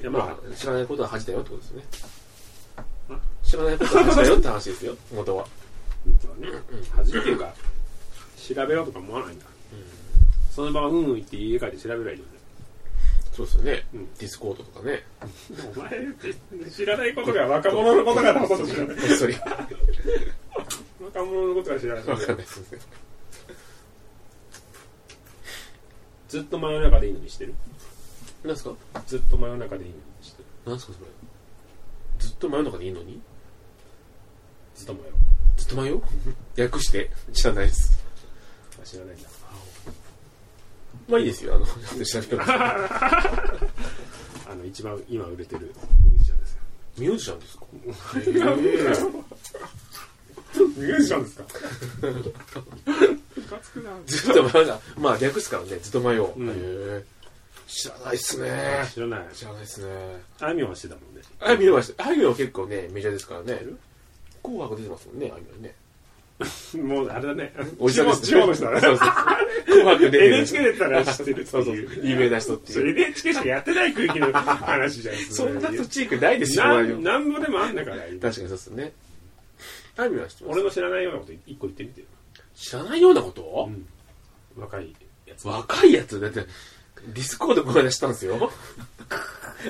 Speaker 1: いやまあ
Speaker 2: まあ、知らないことは恥だよってことですね。知らないことは恥だよって話ですよ、 元は。
Speaker 1: 本当はね恥っていうか調べようとか思わないんだ、その場はうんうん言って家帰って調べればいいの
Speaker 2: そうですよね。
Speaker 1: うん
Speaker 2: ディスコードとかね。
Speaker 1: ねお前って知らないことが若者のことがなこと知らない
Speaker 2: こっそり。
Speaker 1: 若者のことが知らない
Speaker 2: 分かんないですね。
Speaker 1: ずっと真夜中でいいのにしてる
Speaker 2: 何すか
Speaker 1: ずっと真夜中でいいのにしてる
Speaker 2: 何すかそれ。ずっと真夜中でいいのに
Speaker 1: ずっと真夜
Speaker 2: ずっと真夜略して知らないです。
Speaker 1: 中知らないんだ
Speaker 2: まあいいですよ、あの、なんで調べようか
Speaker 1: あの一番今売れてるミュージシャンですよ
Speaker 2: ミュージシャンですか
Speaker 1: ミ ュージシャンですかムカつくな
Speaker 2: ずっと真夜中。まあ略すからね、ずっと真夜。
Speaker 1: ん
Speaker 2: へえ知らないっすね。
Speaker 1: 知らない
Speaker 2: 知らないっすね。
Speaker 1: あいみょんはしてたもんね
Speaker 2: あいみょんは、あいみょんは結構ね、メジャーですからね
Speaker 1: る。
Speaker 2: 紅白出てますもんね、あいみょんね。
Speaker 1: もうあれだね
Speaker 2: おじさんです
Speaker 1: 地方の人だね
Speaker 2: そうそうそう紅 白出てる
Speaker 1: NHK でったら知ってるって
Speaker 2: そうそう
Speaker 1: いう。
Speaker 2: 有名な人って
Speaker 1: そ
Speaker 2: いう。
Speaker 1: れ NHK しかやってない空気の話 じゃん。
Speaker 2: そんな
Speaker 1: 土
Speaker 2: 土
Speaker 1: 地
Speaker 2: 地区ないですよ、
Speaker 1: な
Speaker 2: 周りは
Speaker 1: んなんぼでもあんだから。
Speaker 2: 確かにそうですよね。あいみょんは知ってます
Speaker 1: 俺の知らないようなこと一個言ってみてよ。
Speaker 2: 知らないようなこと、
Speaker 1: ん若いやつ。
Speaker 2: 若いやつ、だって、ディスコードこの間したんです よ。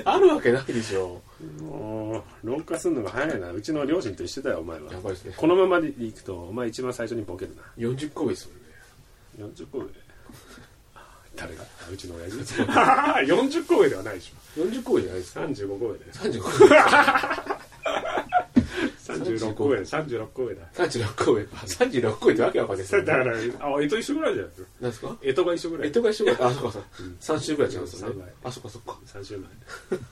Speaker 2: あるわけないでしょ。
Speaker 1: もう、老化するのが早いな。うちの両親と一緒だよ、お前は
Speaker 2: や。ばいですね。
Speaker 1: このままでいくと、お前一番最初にボケるな。
Speaker 2: 40個上ですもんね。
Speaker 1: 40個上。誰がうちの親父 40個上ではないでし
Speaker 2: 40個上じゃないです
Speaker 1: ょ。
Speaker 2: か。
Speaker 1: 35個上だよ。
Speaker 2: 35
Speaker 1: 36個
Speaker 2: 個上。
Speaker 1: 上だ。36個上だ。
Speaker 2: 36個上 か。36個上ってわけわかんないです
Speaker 1: だ
Speaker 2: よ、
Speaker 1: か
Speaker 2: ね。
Speaker 1: ら、あ、江戸一緒ぐらいじゃない
Speaker 2: 何ですか
Speaker 1: 江戸が一緒ぐらい。
Speaker 2: えとが一緒ぐらい。あ、そっかそっか。3週ぐらい違うんですよ
Speaker 1: 三
Speaker 2: ね
Speaker 1: 倍。
Speaker 2: あ、そっかそっか。
Speaker 1: 3週前。
Speaker 2: 気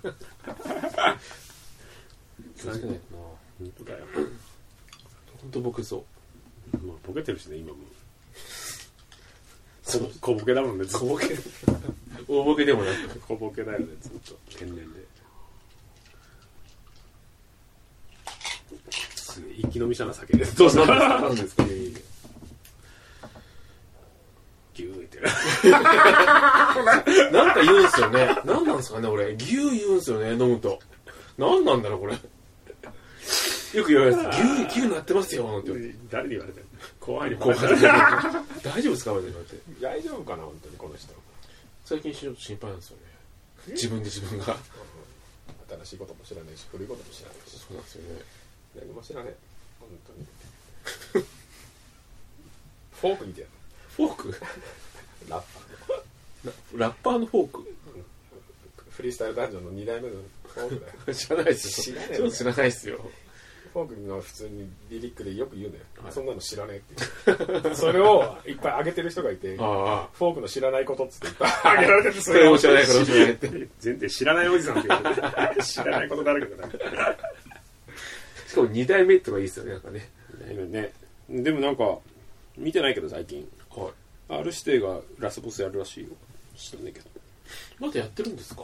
Speaker 2: をつけないとな。
Speaker 1: 本当だよ、
Speaker 2: 本当僕そう
Speaker 1: まあ、ボケてるしね今も小ボ小ボケだもんねずっ
Speaker 2: 小
Speaker 1: と
Speaker 2: ボケ大ボケでもなく
Speaker 1: 小ボケだよねずっと天然ですげえ一気飲みしたな酒ですどうした
Speaker 2: な
Speaker 1: の
Speaker 2: んですか
Speaker 1: ギューってな
Speaker 2: なんか言うんすよねなんなんですかね俺牛言うんすよね飲むとなんなんだろうこれよく言われるん です牛牛なってますよなんて言われて
Speaker 1: 誰に言われたの怖いに
Speaker 2: 後
Speaker 1: 怖い
Speaker 2: 輩に大丈夫ですかみたいな言われて
Speaker 3: 大丈夫かな本当にこの人
Speaker 2: 最近ちょっと心配なんですよね自分で自分が
Speaker 3: 新しいことも知らないし古いことも知らないし
Speaker 2: そうなんですよね
Speaker 3: 何も知らない本当に フォークみたい
Speaker 2: フォーク
Speaker 3: なラッパ
Speaker 2: ラッパーのフォー
Speaker 3: ーフリースタイルダンジョンの2代目のフォークだよ
Speaker 2: ク 知らないです
Speaker 3: 知
Speaker 2: よ
Speaker 3: らない
Speaker 2: ちょっと知らないですよ
Speaker 3: フォークの普通にリリックでよく言うのよ、
Speaker 2: はい
Speaker 3: そんなの知らねえっていう それをいっぱい上げてる人がいてフォ
Speaker 2: ああ
Speaker 3: ークの知らないことっつっていっぱい上 げられてて
Speaker 2: それも知らないから知らないって
Speaker 1: 全然知らないおじさんって言われて 知らないことだらけだから
Speaker 2: しかも2代目とかいいですよねなんかね
Speaker 1: ねでもなんか見てないけど最近
Speaker 2: はい
Speaker 1: R 指定がラスボスやるらしいよ知らないけど
Speaker 2: まだやってるんですか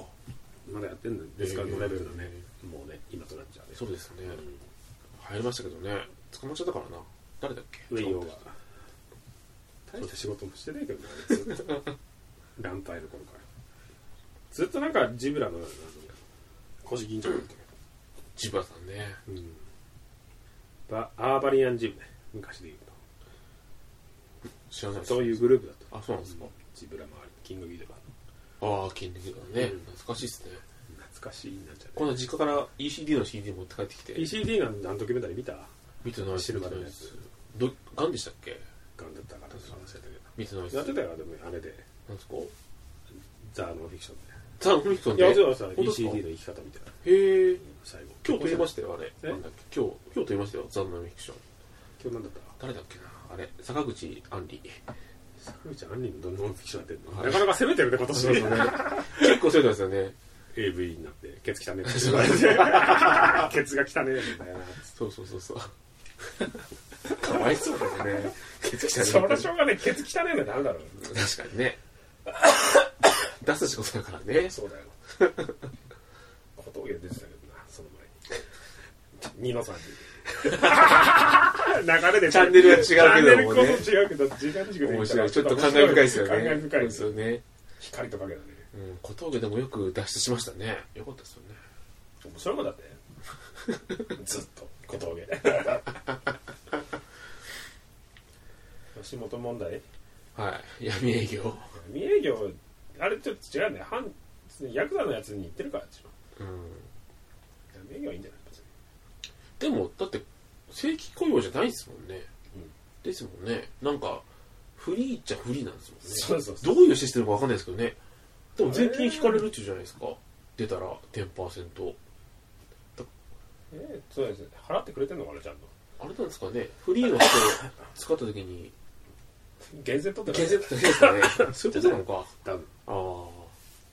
Speaker 1: まだやってんのですからのレベルだね、もうね今となっちゃうね
Speaker 2: そうですね入りましたけどね捕まっちゃったからな誰だっけ
Speaker 1: 上用が大した仕事もしてないけどねずっ と乱体の頃からずっとなんかジブラのあの腰銀ちゃんだっけ
Speaker 2: ジバさんね
Speaker 1: うんバアーバリアンジムね昔で言う
Speaker 2: 知らない
Speaker 1: と
Speaker 2: です
Speaker 1: そういうグループだった
Speaker 2: あそうなんですか
Speaker 1: ジブラ周りキングギドラ
Speaker 2: ああ筋肉がね
Speaker 1: うん
Speaker 2: 懐かしいですね
Speaker 1: 懐かしいなんちゃって
Speaker 2: 今度実家から ECD の CD 持って帰ってきて
Speaker 1: ECD が何ドキュメンタリー見た
Speaker 2: 見てないです
Speaker 1: シルバーのや
Speaker 2: 見て
Speaker 1: つ
Speaker 2: ないですどガンでしたっけ
Speaker 1: ガンだったから話してたけ
Speaker 2: 見てないです
Speaker 1: どやってたよでもあれで
Speaker 2: なんですか
Speaker 1: ザ・ノンフィクションで
Speaker 2: ザ・ノンフィクション
Speaker 1: いや、じゃ
Speaker 2: で
Speaker 1: あさ、
Speaker 2: 本当ですか
Speaker 1: ECD の生き方みたいな、
Speaker 2: へえ
Speaker 1: 最後。
Speaker 2: 今日撮りま
Speaker 1: し
Speaker 2: したよあれ
Speaker 1: え
Speaker 2: なんだっけ今日今日撮りましたよザ・ノンフィクション
Speaker 1: た。今日なんだっ
Speaker 2: 誰だっけなあれ坂口杏里
Speaker 1: た坂口杏里のどんなノンフィクションやってんの
Speaker 2: はい
Speaker 1: なかなか攻めてるね、今
Speaker 2: そうです
Speaker 1: 年。
Speaker 2: ね 結構そうですよね
Speaker 1: AV になって、 ケツ汚ねえって言われてケツが汚ねえんだよな。
Speaker 2: そうそうそうそう かわいそうですね血液
Speaker 1: そりゃしょうがねえ、ケツ汚ねえのはダメだろ。
Speaker 2: 確かにね 出す仕事だから ね
Speaker 1: そうだよ。小峠出てたけどな、その前に。二の 三人。流れで
Speaker 2: チャンネルは違うけどもね
Speaker 1: チャンネルこそ違うけど、時間軸で言
Speaker 2: 面
Speaker 1: ったら
Speaker 2: 白いちょっと感慨深いですよね
Speaker 1: 感慨深いで
Speaker 2: ですす
Speaker 1: よ
Speaker 2: よ
Speaker 1: ね。
Speaker 2: ね、
Speaker 1: 光と影だね。
Speaker 2: うん、小峠でもよく脱出しましたねよかったですよね
Speaker 1: 面白いもんだって。ずっと、小峠。吉本問題
Speaker 2: はい闇営業、
Speaker 1: 未営業、あれちょっと違うんだよ。反ヤクザのやつに言ってるから、一番
Speaker 2: うん、
Speaker 1: 未営業はいいんじゃない別に
Speaker 2: でもだって正規雇用じゃないですもんね、
Speaker 1: うん
Speaker 2: ですもんねなんかフリーっちゃフリーなんですもんね
Speaker 1: そうそうそう
Speaker 2: どういうシステムかわかんないですけどねでも税金引かれるっていうじゃないですか出たら10%
Speaker 1: ええそうですね。払ってくれてんのかな、ちゃんと。
Speaker 2: あれなんですかねフリーの人を使った時 に
Speaker 1: 減税取って
Speaker 2: 減
Speaker 1: ない
Speaker 2: 税ってですかね そういうことなのか
Speaker 1: 多分。
Speaker 2: ああ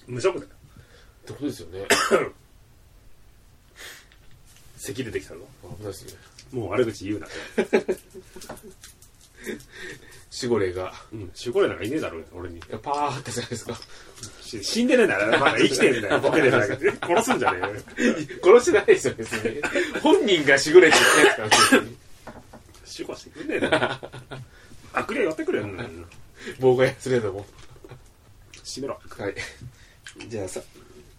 Speaker 1: 無職だよ。
Speaker 2: ってことですよね
Speaker 1: 咳出てきたの
Speaker 2: 危ないですね
Speaker 1: もう悪口言うな。
Speaker 2: 死後霊が
Speaker 1: うん。守護霊なんかいねえだろ、俺に。
Speaker 2: パーってじゃな いですか
Speaker 1: し死んでねえんだよ。まだ生きてん だよ。ボケてるだけで。殺すんじゃねえよ。
Speaker 2: 殺してないですよ別に本人が死後霊って言ってないですから別に
Speaker 1: 守護してくんねえだろ。悪霊寄ってくれよ。
Speaker 2: 妨害すれども
Speaker 1: 閉めろ。
Speaker 2: はいじゃあさ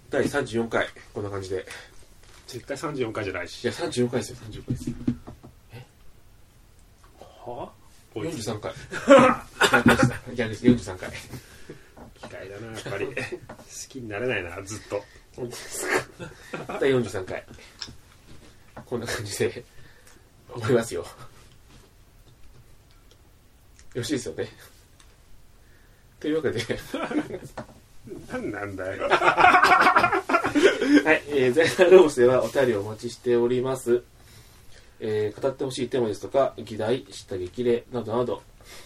Speaker 2: 第34回こんな感じで
Speaker 1: 絶対34回じゃないし
Speaker 2: いや。34回ですよ34回ですよ
Speaker 1: はぁ
Speaker 2: 43回逆です43回
Speaker 1: 嫌いだな、やっぱ り。好きになれないな、ずっと。
Speaker 2: 本当ですか第43回こんな感じで終わりますよよろしいですよねというわけで
Speaker 1: なんなんだよ。
Speaker 2: はい、えー、ザイナルロースではお便りをお待ちしております、えー語ってほしいテーマですとか議題下激励などなど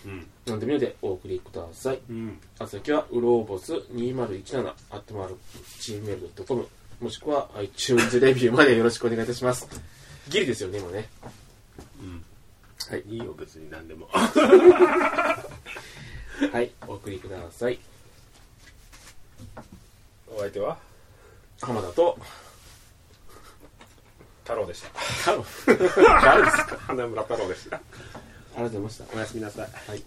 Speaker 1: うん。
Speaker 2: 何でもいいのでお送りください
Speaker 1: うん。
Speaker 2: あつ先はうろうぼす2017アットマーク Gmail.com もしくは iTunes レビューまでよろしくお願いいたしますギリですよね、今ね。はい。
Speaker 1: いいよ、別に何でも。
Speaker 2: はい。お送りください。
Speaker 3: お相手は
Speaker 2: 浜田と、
Speaker 3: 太郎でした。
Speaker 2: 太 郎。誰ですか
Speaker 1: 花村太郎でした。
Speaker 2: ありがとうございました。
Speaker 1: おやすみなさい。
Speaker 2: はい。